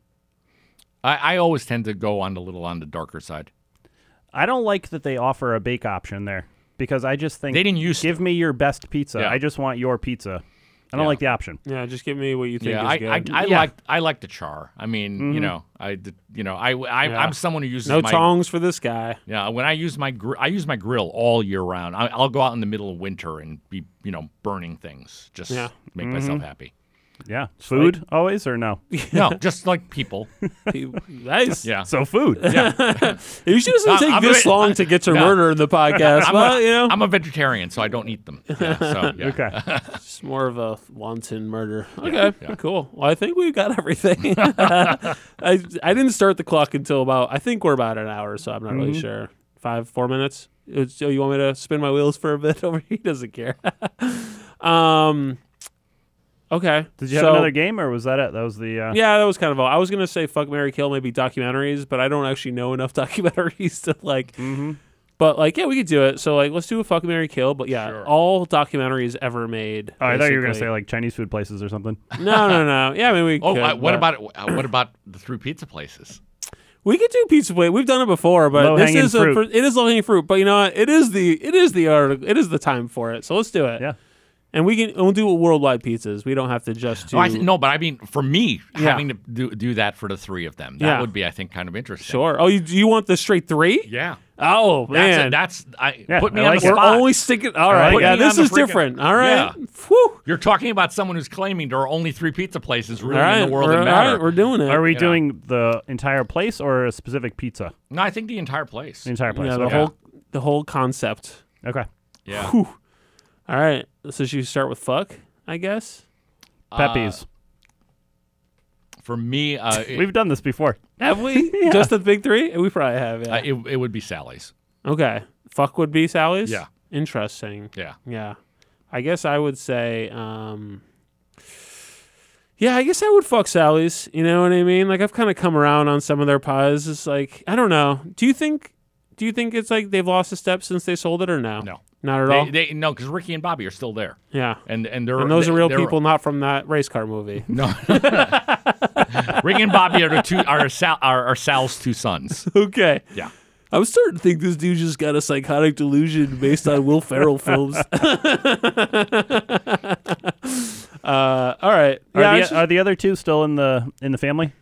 Speaker 4: I, I always tend to go on the little on the darker side.
Speaker 3: I don't like that they offer a bake option there because I just think
Speaker 4: They didn't use
Speaker 3: give me your best pizza.
Speaker 4: Yeah.
Speaker 3: I just want your pizza. I don't
Speaker 4: Yeah.
Speaker 3: like the option.
Speaker 2: yeah. Just give me what you think
Speaker 4: Yeah,
Speaker 2: is good. Mm-hmm.
Speaker 4: I, I, I
Speaker 3: Yeah.
Speaker 4: like I like the char. I mean, you know, I d- you know I, I
Speaker 2: Yeah.
Speaker 4: I'm someone who uses
Speaker 2: no
Speaker 4: my,
Speaker 2: tongs for this guy.
Speaker 4: Yeah, when I use my gr- I use my grill all year round. I, I'll go out in the middle of winter and be you know burning things just
Speaker 2: Yeah. Mm-hmm.
Speaker 4: to make myself happy.
Speaker 3: Yeah, food always or no?
Speaker 4: No, just like people.
Speaker 2: nice.
Speaker 4: Yeah.
Speaker 3: so food.
Speaker 2: It usually doesn't
Speaker 4: No,
Speaker 2: take
Speaker 4: I'm
Speaker 2: this
Speaker 4: a-
Speaker 2: long to get to murder in the podcast.
Speaker 4: I'm
Speaker 2: well,
Speaker 4: a,
Speaker 2: you know,
Speaker 4: I'm a vegetarian, so I don't eat them. Yeah, so, yeah.
Speaker 3: Okay.
Speaker 2: it's more of a wanton murder. Okay, cool. Well, I think we've got everything. I I didn't start the clock until about I think we're about an hour, so I'm not
Speaker 3: Mm-hmm.
Speaker 2: really sure. Five, four minutes. Uh, So you want me to spin my wheels for a bit over? He doesn't care. um. Okay.
Speaker 3: Did you have
Speaker 2: so-
Speaker 3: another game or was that it? That was the. Uh,
Speaker 2: Yeah, that was kind of all. I was gonna say fuck Mary Kill, maybe documentaries, but I don't actually know enough documentaries to like.
Speaker 3: Mm-hmm.
Speaker 2: But like, yeah, we could do it. So like, let's do a fuck Mary Kill. But yeah,
Speaker 4: Sure.
Speaker 2: all documentaries ever made.
Speaker 3: Oh, I thought you were gonna say
Speaker 2: basically.
Speaker 3: like Chinese food places or something.
Speaker 2: no, no, no. Yeah, I mean we.
Speaker 4: Oh,
Speaker 2: could,
Speaker 4: uh, what
Speaker 2: but-
Speaker 4: about uh, what about the three pizza places?
Speaker 2: We could do pizza plate. We've done it before, but this
Speaker 3: Low-hanging
Speaker 2: is a,
Speaker 3: fruit.
Speaker 2: pr- it is low hanging fruit. But you know what? It is the it is the article. It is the time for it. So let's do it.
Speaker 3: Yeah.
Speaker 2: And we can and we'll do worldwide pizzas. We don't have to just do.
Speaker 4: Oh, I th- no, but I mean for me
Speaker 2: Yeah.
Speaker 4: having to do, do that for the three of them that
Speaker 2: Yeah.
Speaker 4: would be I think kind of interesting.
Speaker 2: Sure. Oh, you you want the straight three?
Speaker 4: Yeah.
Speaker 2: Oh
Speaker 4: That's,
Speaker 2: man,
Speaker 4: it. that's I
Speaker 3: Yeah,
Speaker 4: put me
Speaker 3: I
Speaker 4: on
Speaker 3: like
Speaker 4: the
Speaker 3: it.
Speaker 2: We're
Speaker 4: spot.
Speaker 2: only sticking. All right,
Speaker 3: like
Speaker 2: yeah,
Speaker 4: it.
Speaker 2: this
Speaker 4: Putting
Speaker 2: is
Speaker 4: it on the freaking-
Speaker 2: different. All right,
Speaker 4: Yeah.
Speaker 2: Whew.
Speaker 4: You're talking about someone who's claiming there are only three pizza places
Speaker 2: all
Speaker 4: really
Speaker 2: right,
Speaker 4: in the world
Speaker 2: we're,
Speaker 4: that
Speaker 2: all
Speaker 4: matter.
Speaker 2: right, we're doing it.
Speaker 3: Are we
Speaker 4: Yeah.
Speaker 3: doing the entire place or a specific pizza?
Speaker 4: no, I think the entire place.
Speaker 3: The entire place.
Speaker 2: yeah, the
Speaker 3: okay.
Speaker 2: whole the whole concept.
Speaker 3: Okay.
Speaker 4: Yeah.
Speaker 2: All right, so should you start with fuck? I guess
Speaker 3: Pepe's.
Speaker 4: For me, uh, it,
Speaker 3: We've done this before.
Speaker 2: have we just the big three? We probably have. Yeah.
Speaker 4: uh, it, it would be Sally's.
Speaker 2: okay, fuck would be Sally's.
Speaker 4: Yeah.
Speaker 2: Interesting.
Speaker 4: Yeah.
Speaker 2: Yeah. I guess I would say. um yeah, I guess I would fuck Sally's. You know what I mean? Like I've kind of come around on some of their pies. It's like I don't know. Do you think? Do you think it's like they've lost a step since they sold it, or no?
Speaker 4: No.
Speaker 2: not at all.
Speaker 4: They, they, no, because Ricky and Bobby are still there,
Speaker 2: yeah,
Speaker 4: and and they're
Speaker 2: and those
Speaker 4: they-
Speaker 2: are real
Speaker 4: they're-
Speaker 2: people, not from that race car movie.
Speaker 4: No, Ricky and Bobby are the two are Sal are, are Sal's two sons.
Speaker 2: okay.
Speaker 4: Yeah.
Speaker 2: I'm starting to think this dude just got a psychotic delusion based on Will Ferrell films. uh, all right.
Speaker 3: Are,
Speaker 2: Yeah, I
Speaker 3: the,
Speaker 2: should-
Speaker 3: are the other two still in the in the family?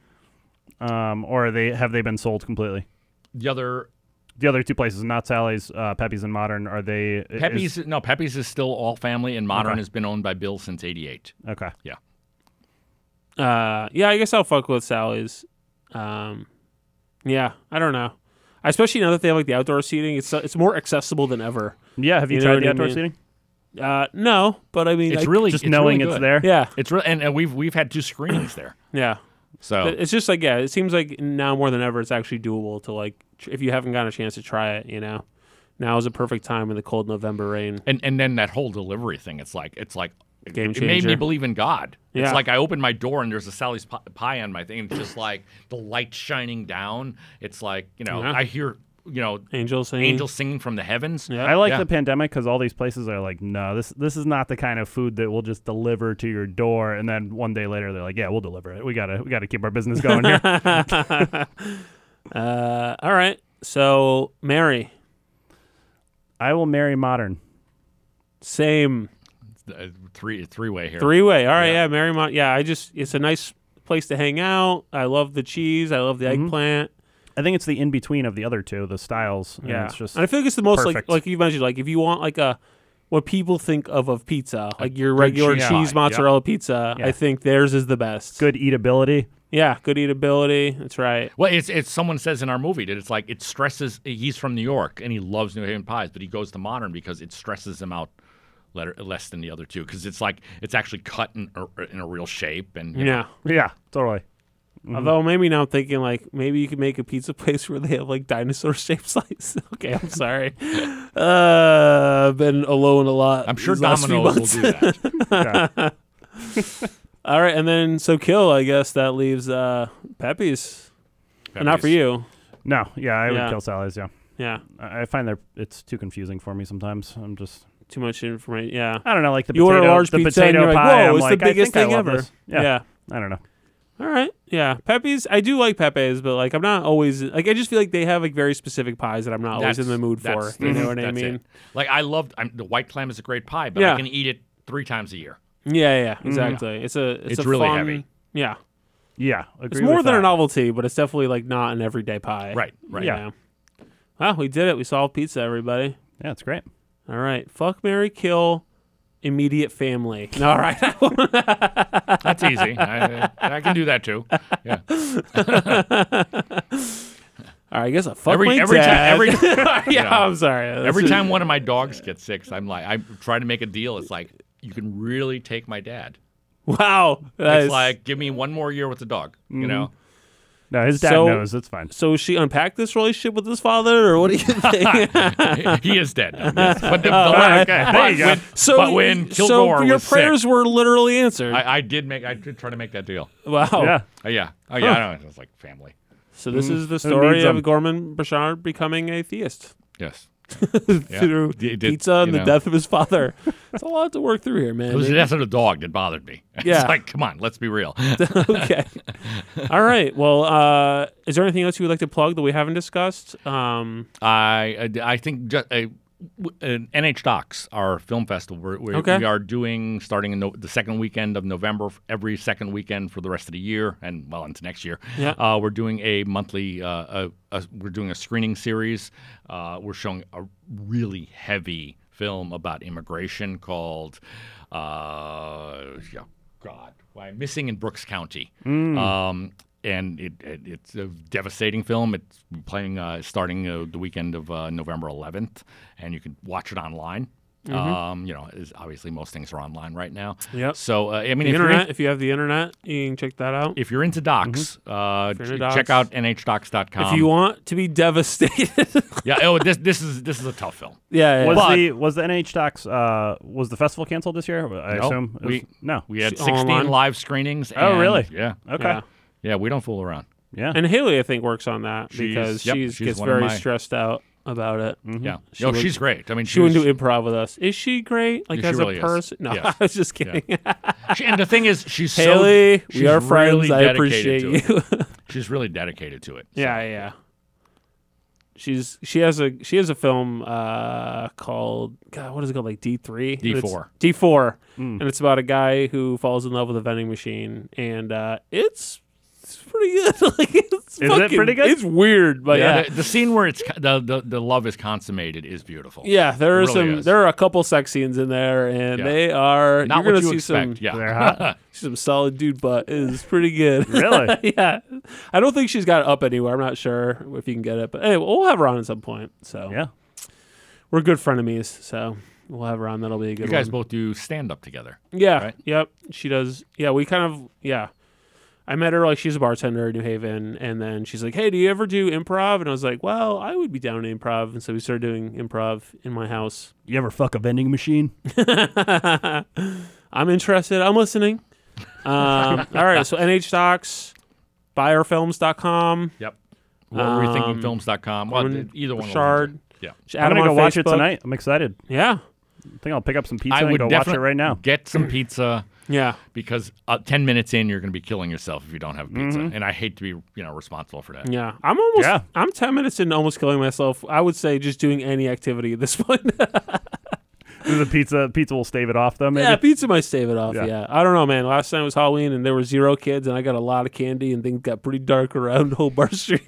Speaker 3: Um, or are they have they been sold completely?
Speaker 4: The other
Speaker 3: The other two places, not Sally's, uh, Pepe's and Modern, are they? is-
Speaker 4: Pepe's no Pepe's is still all family, and Modern
Speaker 3: Okay.
Speaker 4: has been owned by Bill since '88.
Speaker 3: okay.
Speaker 2: Uh, yeah, I guess I'll fuck with Sally's. Um, yeah, I don't know. I Especially now that they have like the outdoor seating, it's it's more accessible than ever.
Speaker 3: Yeah. Have you,
Speaker 2: You know
Speaker 3: tried
Speaker 2: what
Speaker 3: the
Speaker 2: I
Speaker 3: outdoor
Speaker 2: mean?
Speaker 3: seating?
Speaker 2: Uh, no, but I mean,
Speaker 4: It's
Speaker 2: I-
Speaker 4: really
Speaker 3: Just
Speaker 4: it's
Speaker 3: knowing
Speaker 4: really
Speaker 3: it's
Speaker 4: good.
Speaker 3: there.
Speaker 2: yeah,
Speaker 4: It's really and, and we've we've had two screenings there,
Speaker 2: yeah.
Speaker 4: so
Speaker 2: It- It's just like yeah, it seems like now more than ever, it's actually doable to like tr- if you haven't gotten a chance to try it, you know. Now is a perfect time in the cold November rain.
Speaker 4: and and then that whole delivery thing. It's like it's like
Speaker 2: Game
Speaker 4: it made me
Speaker 2: changer.
Speaker 4: believe in God.
Speaker 2: Yeah.
Speaker 4: It's like I opened my door and there's a Sally's pi- pie on my thing. It's just like the light shining down. It's like you know
Speaker 2: Yeah.
Speaker 4: I hear you know
Speaker 2: Angels singing.
Speaker 4: angels singing from the heavens.
Speaker 2: Uh, Yeah.
Speaker 3: I like
Speaker 4: Yeah.
Speaker 3: the pandemic because all these places are like, no, this this is not the kind of food that we'll just deliver to your door. And then one day later, they're like, yeah, we'll deliver it. We gotta we gotta keep our business going here.
Speaker 2: Uh, all right. So Mary,
Speaker 3: I will marry modern.
Speaker 2: same
Speaker 4: Uh, three three way here.
Speaker 2: three way. All right. Yeah. Mary Mont. Yeah. I just it's a nice place to hang out. I love the cheese. I love the
Speaker 4: Mm-hmm.
Speaker 2: eggplant.
Speaker 3: I think it's the in between of the other two, the styles. and
Speaker 2: Yeah.
Speaker 3: it's just
Speaker 2: and I feel like it's the most like
Speaker 3: perfect.
Speaker 2: like you mentioned like if you want like a what people think of of pizza like your regular
Speaker 4: cheese
Speaker 2: cheese,
Speaker 4: pie, yeah.
Speaker 2: mozzarella pizza.
Speaker 3: Yeah.
Speaker 2: I think theirs is the best.
Speaker 3: good eatability.
Speaker 2: Yeah, good eatability. That's right.
Speaker 4: Well, it's it's someone says in our movie that it's like it stresses. He's from New York and he loves New Haven pies, but he goes to modern because it stresses him out letter, less than the other two because it's like it's actually cut in a, in a real shape and you know,
Speaker 2: Yeah.
Speaker 3: Yeah, totally.
Speaker 4: Mm-hmm.
Speaker 2: Although maybe now I'm thinking like maybe you could make a pizza place where they have like dinosaur shaped slices. okay, I'm sorry. Uh, I've been alone a lot.
Speaker 4: I'm sure
Speaker 2: these last few
Speaker 4: Domino's will
Speaker 2: months.
Speaker 4: do that.
Speaker 2: All right, and then so kill. I guess that leaves uh, Pepe's. Not for
Speaker 4: Pepe's.
Speaker 2: you.
Speaker 3: No, yeah, I
Speaker 2: Yeah.
Speaker 3: would kill Sally's. Yeah,
Speaker 2: Yeah,
Speaker 3: I I find that it's too confusing for me sometimes. I'm just,
Speaker 2: too much information. Yeah.
Speaker 3: I don't know, like the
Speaker 2: You
Speaker 3: potato,
Speaker 2: order a large
Speaker 3: the
Speaker 2: pizza and
Speaker 3: potato
Speaker 2: you're like,
Speaker 3: pie.
Speaker 2: whoa,
Speaker 3: I'm
Speaker 2: it's
Speaker 3: like,
Speaker 2: the biggest
Speaker 3: I think
Speaker 2: thing
Speaker 3: I love
Speaker 2: ever.
Speaker 3: this. Yeah,
Speaker 2: yeah.
Speaker 3: I don't know.
Speaker 2: All right. Yeah. Pepe's. I do like Pepe's, but like I'm not always like I just feel like they have like very specific pies that I'm not always in the mood for.
Speaker 4: that's- mm-hmm.
Speaker 2: You know what I
Speaker 4: that's it.
Speaker 2: mean?
Speaker 4: Like I loved I'm, the white clam is a great pie, but
Speaker 2: Yeah.
Speaker 4: I can eat it three times a year.
Speaker 2: Yeah. Yeah. Exactly. It's a. It's,
Speaker 4: It's
Speaker 2: a
Speaker 4: really
Speaker 2: fun-
Speaker 4: heavy.
Speaker 2: Yeah.
Speaker 3: Yeah,
Speaker 2: It's
Speaker 3: agree
Speaker 2: more
Speaker 3: with
Speaker 2: than a
Speaker 3: that.
Speaker 2: novelty, but it's definitely like not an everyday pie.
Speaker 4: Right, right.
Speaker 2: Yeah. Wow, we did it. We solved pizza, everybody.
Speaker 3: Yeah, it's great.
Speaker 2: All right. Fuck Mary Kill immediate family. All right.
Speaker 4: That's easy. I, I can do that too. Yeah.
Speaker 2: All right, I guess I fuck
Speaker 4: Every-
Speaker 2: my
Speaker 4: every ti-
Speaker 2: dad.
Speaker 4: every-
Speaker 2: yeah,
Speaker 4: Yeah.
Speaker 2: I'm sorry.
Speaker 4: Every time one of my dogs gets sick, I'm like I try to make a deal. It's like you can really take my dad.
Speaker 2: Wow. that
Speaker 4: It's
Speaker 2: is-
Speaker 4: like give me one more year with the dog.
Speaker 2: Mm.
Speaker 4: You know.
Speaker 3: No, his dad
Speaker 2: So-
Speaker 3: knows. It's fine.
Speaker 2: so she unpacked this relationship with his father, or what do you think?
Speaker 4: he is dead. now, yes. But the, the last,
Speaker 3: okay.
Speaker 4: but
Speaker 3: There you go.
Speaker 4: when,
Speaker 2: so
Speaker 4: but when Kilgore
Speaker 2: so your
Speaker 4: was
Speaker 2: prayers
Speaker 4: sick,
Speaker 2: were literally answered.
Speaker 4: I, I did make. I did try to make that deal.
Speaker 2: wow.
Speaker 3: Yeah,
Speaker 4: Uh, yeah. Mm-hmm. Oh yeah. I don't know. It's like family.
Speaker 2: So this is the story
Speaker 3: needs
Speaker 2: of
Speaker 3: them?
Speaker 2: Gorman Bouchard becoming a theist
Speaker 4: Yes.
Speaker 2: through
Speaker 4: It did,
Speaker 2: pizza and
Speaker 4: you
Speaker 2: the
Speaker 4: know.
Speaker 2: death of his father. it's a lot to work through here, man.
Speaker 4: It was the death of the dog that bothered me.
Speaker 2: Yeah.
Speaker 4: It's like, come on, let's be real.
Speaker 2: okay. All right. Well, uh, is there anything else you would like to plug that we haven't discussed? Um,
Speaker 4: I I think just a. w- an NH Docs, our film festival, we're, we're,
Speaker 2: Okay.
Speaker 4: we are doing starting in no, the second weekend of November, f- every second weekend for the rest of the year, and well into next year.
Speaker 2: Yeah.
Speaker 4: Uh, we're doing a monthly, uh, a, a, we're doing a screening series. Uh, we're showing a really heavy film about immigration called, uh, yeah, God, why missing in Brooks County.
Speaker 2: Hmm.
Speaker 4: Um, and it, it, it's a devastating film. It's playing uh, starting uh, the weekend of uh, November 11th, and you can watch it online. Um, you know, is obviously most things are online right now.
Speaker 2: Mm-hmm. Yep.
Speaker 4: So uh, I
Speaker 2: the
Speaker 4: mean, if you're in-
Speaker 2: internet. If you have the internet, you can check that out. If,
Speaker 4: if you're into docs, uh,
Speaker 2: Mm-hmm. you're into
Speaker 4: ch-
Speaker 2: docs.
Speaker 4: check out nhdocs.com.
Speaker 2: you want to be devastated,
Speaker 4: yeah. Oh, this this is this is a tough film.
Speaker 2: yeah. yeah.
Speaker 3: was
Speaker 4: But-
Speaker 3: the was the NH Docs uh was the festival canceled this year? I
Speaker 4: No,
Speaker 3: assume it was-
Speaker 4: we-
Speaker 3: no.
Speaker 4: We had
Speaker 2: It's
Speaker 4: 16
Speaker 2: online.
Speaker 4: live screenings.
Speaker 3: Oh,
Speaker 4: and-
Speaker 3: really?
Speaker 4: Yeah.
Speaker 3: okay.
Speaker 2: Yeah.
Speaker 3: Yeah.
Speaker 4: Yeah. We don't fool around.
Speaker 2: And Haley, I think, works on that
Speaker 4: She's-
Speaker 2: because
Speaker 4: yep,
Speaker 2: she's,
Speaker 4: she's
Speaker 2: gets
Speaker 4: one of
Speaker 2: very
Speaker 4: my-
Speaker 2: stressed out about it.
Speaker 4: Yeah.
Speaker 2: Mm-hmm. She
Speaker 4: no,
Speaker 2: would-
Speaker 4: she's great. I mean,
Speaker 2: She
Speaker 4: was,
Speaker 2: wouldn't do improv with us. Is she great? Like
Speaker 4: Yeah, she
Speaker 2: as
Speaker 4: really
Speaker 2: a
Speaker 4: is.
Speaker 2: person? No,
Speaker 4: Yes.
Speaker 2: I was just kidding.
Speaker 4: she- and the thing is, she's
Speaker 2: Haley,
Speaker 4: so. she's
Speaker 2: we are friends.
Speaker 4: really
Speaker 2: I
Speaker 4: dedicated
Speaker 2: appreciate
Speaker 4: to
Speaker 2: you.
Speaker 4: it. She's really dedicated to it. so.
Speaker 2: Yeah, yeah. She's she has a she has a film uh called God, what is it called? Like D three?
Speaker 4: D4.
Speaker 2: D four.
Speaker 4: Mm.
Speaker 2: And it's about a guy who falls in love with a vending machine and uh it's it's pretty good. like it's
Speaker 3: it
Speaker 2: fucking,
Speaker 3: pretty good?
Speaker 2: It's weird, but yeah.
Speaker 4: Yeah, The, the scene where it's co- the, the the love is consummated is beautiful.
Speaker 2: yeah, there are
Speaker 4: really
Speaker 2: some.
Speaker 4: is.
Speaker 2: There are a couple sex scenes in there, and
Speaker 4: Yeah.
Speaker 2: they are
Speaker 4: Not
Speaker 2: you're
Speaker 4: what
Speaker 2: gonna
Speaker 4: you
Speaker 2: see
Speaker 4: expect.
Speaker 2: some
Speaker 4: yeah.
Speaker 3: They're hot.
Speaker 2: some solid dude butt. It is pretty good.
Speaker 3: Really?
Speaker 2: yeah, I don't think she's got it up anywhere. I'm not sure if you can get it, but anyway, we'll have her on at some point. So
Speaker 3: Yeah.
Speaker 2: we're good frenemies, so we'll have her on. That'll be a good
Speaker 4: You guys
Speaker 2: one.
Speaker 4: both do stand up together.
Speaker 2: yeah,
Speaker 4: right?
Speaker 2: yep. She does. Yeah, we kind of yeah. I met her like she's a bartender in New Haven, and then she's like, "Hey, do you ever do improv?" And I was like, "Well, I would be down to improv." And so we started doing improv in my house.
Speaker 3: You ever fuck a vending machine?
Speaker 2: I'm interested. I'm listening. Um, all right, so NH Stocks, buyerfilms.com.
Speaker 4: Yep. What were we thinking? Films.com. Well,
Speaker 2: Roman
Speaker 4: either one. will
Speaker 2: Um, Bouchard.
Speaker 4: do. Yeah.
Speaker 2: Add
Speaker 3: I'm
Speaker 2: them
Speaker 3: gonna
Speaker 2: on
Speaker 3: go watch it
Speaker 2: Facebook.
Speaker 3: tonight. I'm excited.
Speaker 2: Yeah,
Speaker 3: I think I'll pick up some pizza
Speaker 4: I
Speaker 3: and
Speaker 4: would
Speaker 3: go watch
Speaker 4: definitely
Speaker 3: it right now.
Speaker 4: Get some pizza
Speaker 2: yeah.
Speaker 4: because uh, ten minutes in, you're going to be killing yourself if you don't have pizza. And I hate to be, you know, responsible for that.
Speaker 2: Yeah, I'm almost.
Speaker 3: Mm-hmm. Yeah.
Speaker 2: I'm ten minutes into almost killing myself. I would say just doing any activity at this point.
Speaker 3: the pizza pizza will stave it off though. Maybe.
Speaker 2: Yeah, pizza might stave it off. Yeah.
Speaker 3: Yeah.
Speaker 2: I don't know, man. Last time was Halloween and there were zero kids, and I got a lot of candy, and things got pretty dark around Hobart Street.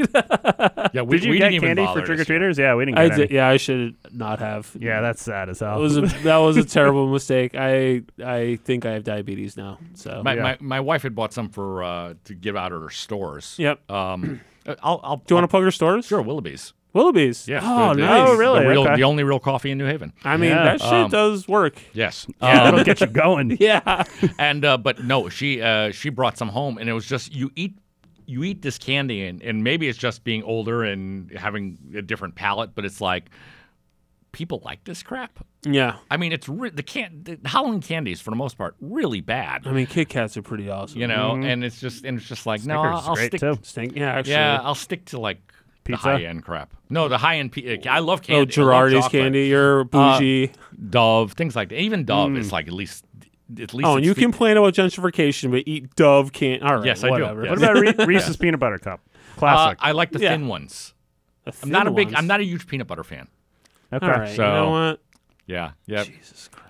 Speaker 4: Yeah, we,
Speaker 3: Did you
Speaker 4: we
Speaker 3: get
Speaker 4: didn't even
Speaker 3: candy for
Speaker 4: bother this
Speaker 3: trick or
Speaker 4: year.
Speaker 3: treaters? Yeah, we didn't
Speaker 2: I
Speaker 3: get
Speaker 2: did,
Speaker 3: any.
Speaker 2: yeah, I should not have.
Speaker 3: Yeah, that's sad as
Speaker 2: that
Speaker 3: hell.
Speaker 2: was a, that was a terrible mistake. I I think I have diabetes now. So
Speaker 4: My,
Speaker 3: Yeah.
Speaker 4: my, my wife had bought some for uh, to give out at her stores.
Speaker 2: yep.
Speaker 4: Um, I'll, I'll,
Speaker 2: Do you want to plug your stores?
Speaker 4: Oh. Sure, Willoughby's.
Speaker 2: Willoughby's.
Speaker 4: Yeah.
Speaker 2: Oh,
Speaker 4: the- the-
Speaker 2: nice.
Speaker 3: Oh, really?
Speaker 4: The, real,
Speaker 3: Okay.
Speaker 4: the only real coffee in New Haven.
Speaker 2: I mean,
Speaker 3: Yeah.
Speaker 2: that shit
Speaker 4: Um,
Speaker 2: does work.
Speaker 4: Yes.
Speaker 3: yeah,
Speaker 4: Um,
Speaker 3: that'll get you going.
Speaker 2: Yeah.
Speaker 4: and uh, but no, she uh, she brought some home, and it was just you eat you eat this candy, and, and maybe it's just being older and having a different palate, but it's like people like this crap.
Speaker 2: Yeah.
Speaker 4: I mean, it's re- the can the Halloween candies for the most part really bad,
Speaker 2: I mean, Kit Kats are pretty awesome.
Speaker 4: you know, and it's just and it's just like no,
Speaker 3: Snickers is
Speaker 4: I'll, I'll
Speaker 3: great
Speaker 4: stick.
Speaker 3: too.
Speaker 2: Stink. Yeah, actually. Oh,
Speaker 4: Yeah, I'll stick to like
Speaker 3: Pizza?
Speaker 4: the high end crap. No, the high end. P- I love candy. I
Speaker 2: Oh,
Speaker 4: love
Speaker 2: Girardi's
Speaker 4: chocolate. Uh,
Speaker 2: candy. You're bougie.
Speaker 4: Dove, things like that. Even Dove, it's like at least at least.
Speaker 2: Mm. oh, and
Speaker 4: it's
Speaker 2: you
Speaker 4: fe-
Speaker 2: complain about gentrification, but eat Dove candy. All right.
Speaker 4: Yes, I do.
Speaker 2: whatever.
Speaker 4: Yes.
Speaker 3: What about Re- Reese's peanut butter cup?
Speaker 4: Uh,
Speaker 3: Classic.
Speaker 4: I like the
Speaker 2: Yeah.
Speaker 4: thin ones.
Speaker 2: The
Speaker 4: I'm not a
Speaker 2: thin
Speaker 4: big. I'm
Speaker 2: ones.
Speaker 4: not a huge peanut butter fan.
Speaker 3: okay.
Speaker 2: All right. You know
Speaker 4: So-
Speaker 2: what?
Speaker 4: Yeah, yeah.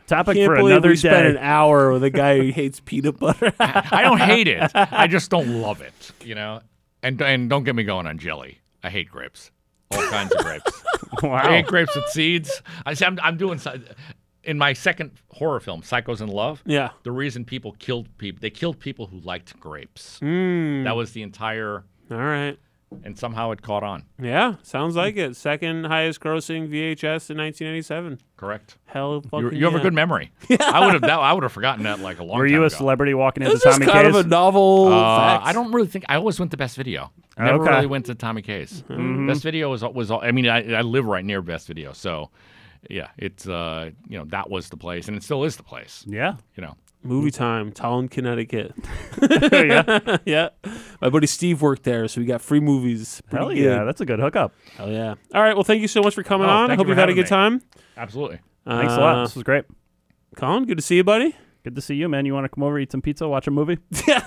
Speaker 3: Topic
Speaker 2: Can't
Speaker 3: for
Speaker 2: believe
Speaker 3: another
Speaker 2: we
Speaker 3: day.
Speaker 2: spent an hour with a guy who hates peanut butter.
Speaker 4: I don't hate it. I just don't love it. You know. And and don't get me going on jelly. I hate grapes. All kinds of grapes. I
Speaker 3: wow.
Speaker 4: hate grapes with seeds. I see. I'm, I'm doing. si- In my second horror film, Psychos in Love.
Speaker 2: yeah.
Speaker 4: The reason people killed people, they killed people who liked grapes.
Speaker 2: Mm,
Speaker 4: That was the entire.
Speaker 2: all right.
Speaker 4: And somehow it caught on.
Speaker 2: Yeah. Sounds like it. Second highest grossing VHS in 1987.
Speaker 4: Correct.
Speaker 2: Hell
Speaker 4: You,
Speaker 2: fucking
Speaker 4: you have a
Speaker 2: yeah.
Speaker 4: good memory. I would have. that- I would have forgotten that like a long
Speaker 3: Were
Speaker 4: time
Speaker 3: you a
Speaker 4: ago.
Speaker 3: celebrity walking into
Speaker 2: This is
Speaker 3: Tommy
Speaker 2: kind
Speaker 3: K's?
Speaker 2: of a novel
Speaker 4: Uh,
Speaker 2: fact.
Speaker 4: I don't really think I always went to Best Video. Never
Speaker 3: Okay.
Speaker 4: really went to Tommy K's. Best Video was was I mean I, I live right near Best Video, so yeah, it's uh you know that was the place and it still is the place.
Speaker 3: yeah.
Speaker 4: You know,
Speaker 2: Movie time, Town, Connecticut.
Speaker 3: yeah.
Speaker 2: yeah. My buddy Steve worked there, so we got free movies. Pretty
Speaker 3: Hell
Speaker 2: good.
Speaker 3: yeah. That's a good hookup.
Speaker 2: Hell yeah. All right. Well, thank you so much for coming
Speaker 4: Oh,
Speaker 2: on.
Speaker 4: thank
Speaker 2: Hope
Speaker 4: you for
Speaker 2: have had a
Speaker 4: having
Speaker 2: good time.
Speaker 4: me. absolutely.
Speaker 3: Thanks
Speaker 2: Uh,
Speaker 3: a lot. This was great.
Speaker 2: Colin, good to see you, buddy.
Speaker 3: Good to see you, man. You want to come over, eat some pizza, watch a movie?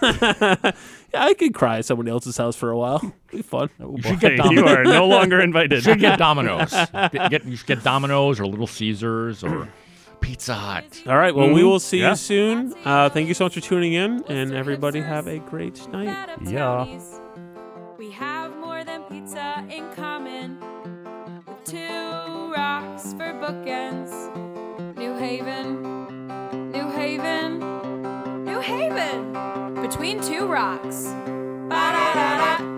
Speaker 2: yeah, I could cry at someone else's house for a while. Be fun.
Speaker 3: Oh,
Speaker 4: should
Speaker 3: boy.
Speaker 4: get Domino's.
Speaker 3: you are no longer invited.
Speaker 4: Should get Domino's. Get- get- you should get Domino's or Little Caesars or Pizza Hut.
Speaker 2: All right. Well, we
Speaker 4: Mm-hmm.
Speaker 2: will see
Speaker 3: Yeah.
Speaker 2: you soon. Uh, thank you so much for tuning in, and everybody have a great night.
Speaker 1: Fat up
Speaker 3: Yeah.
Speaker 1: townies. We have more than pizza in common. With two rocks for bookends. New Haven, New Haven, New Haven. Between two rocks. Ba-da-da-da.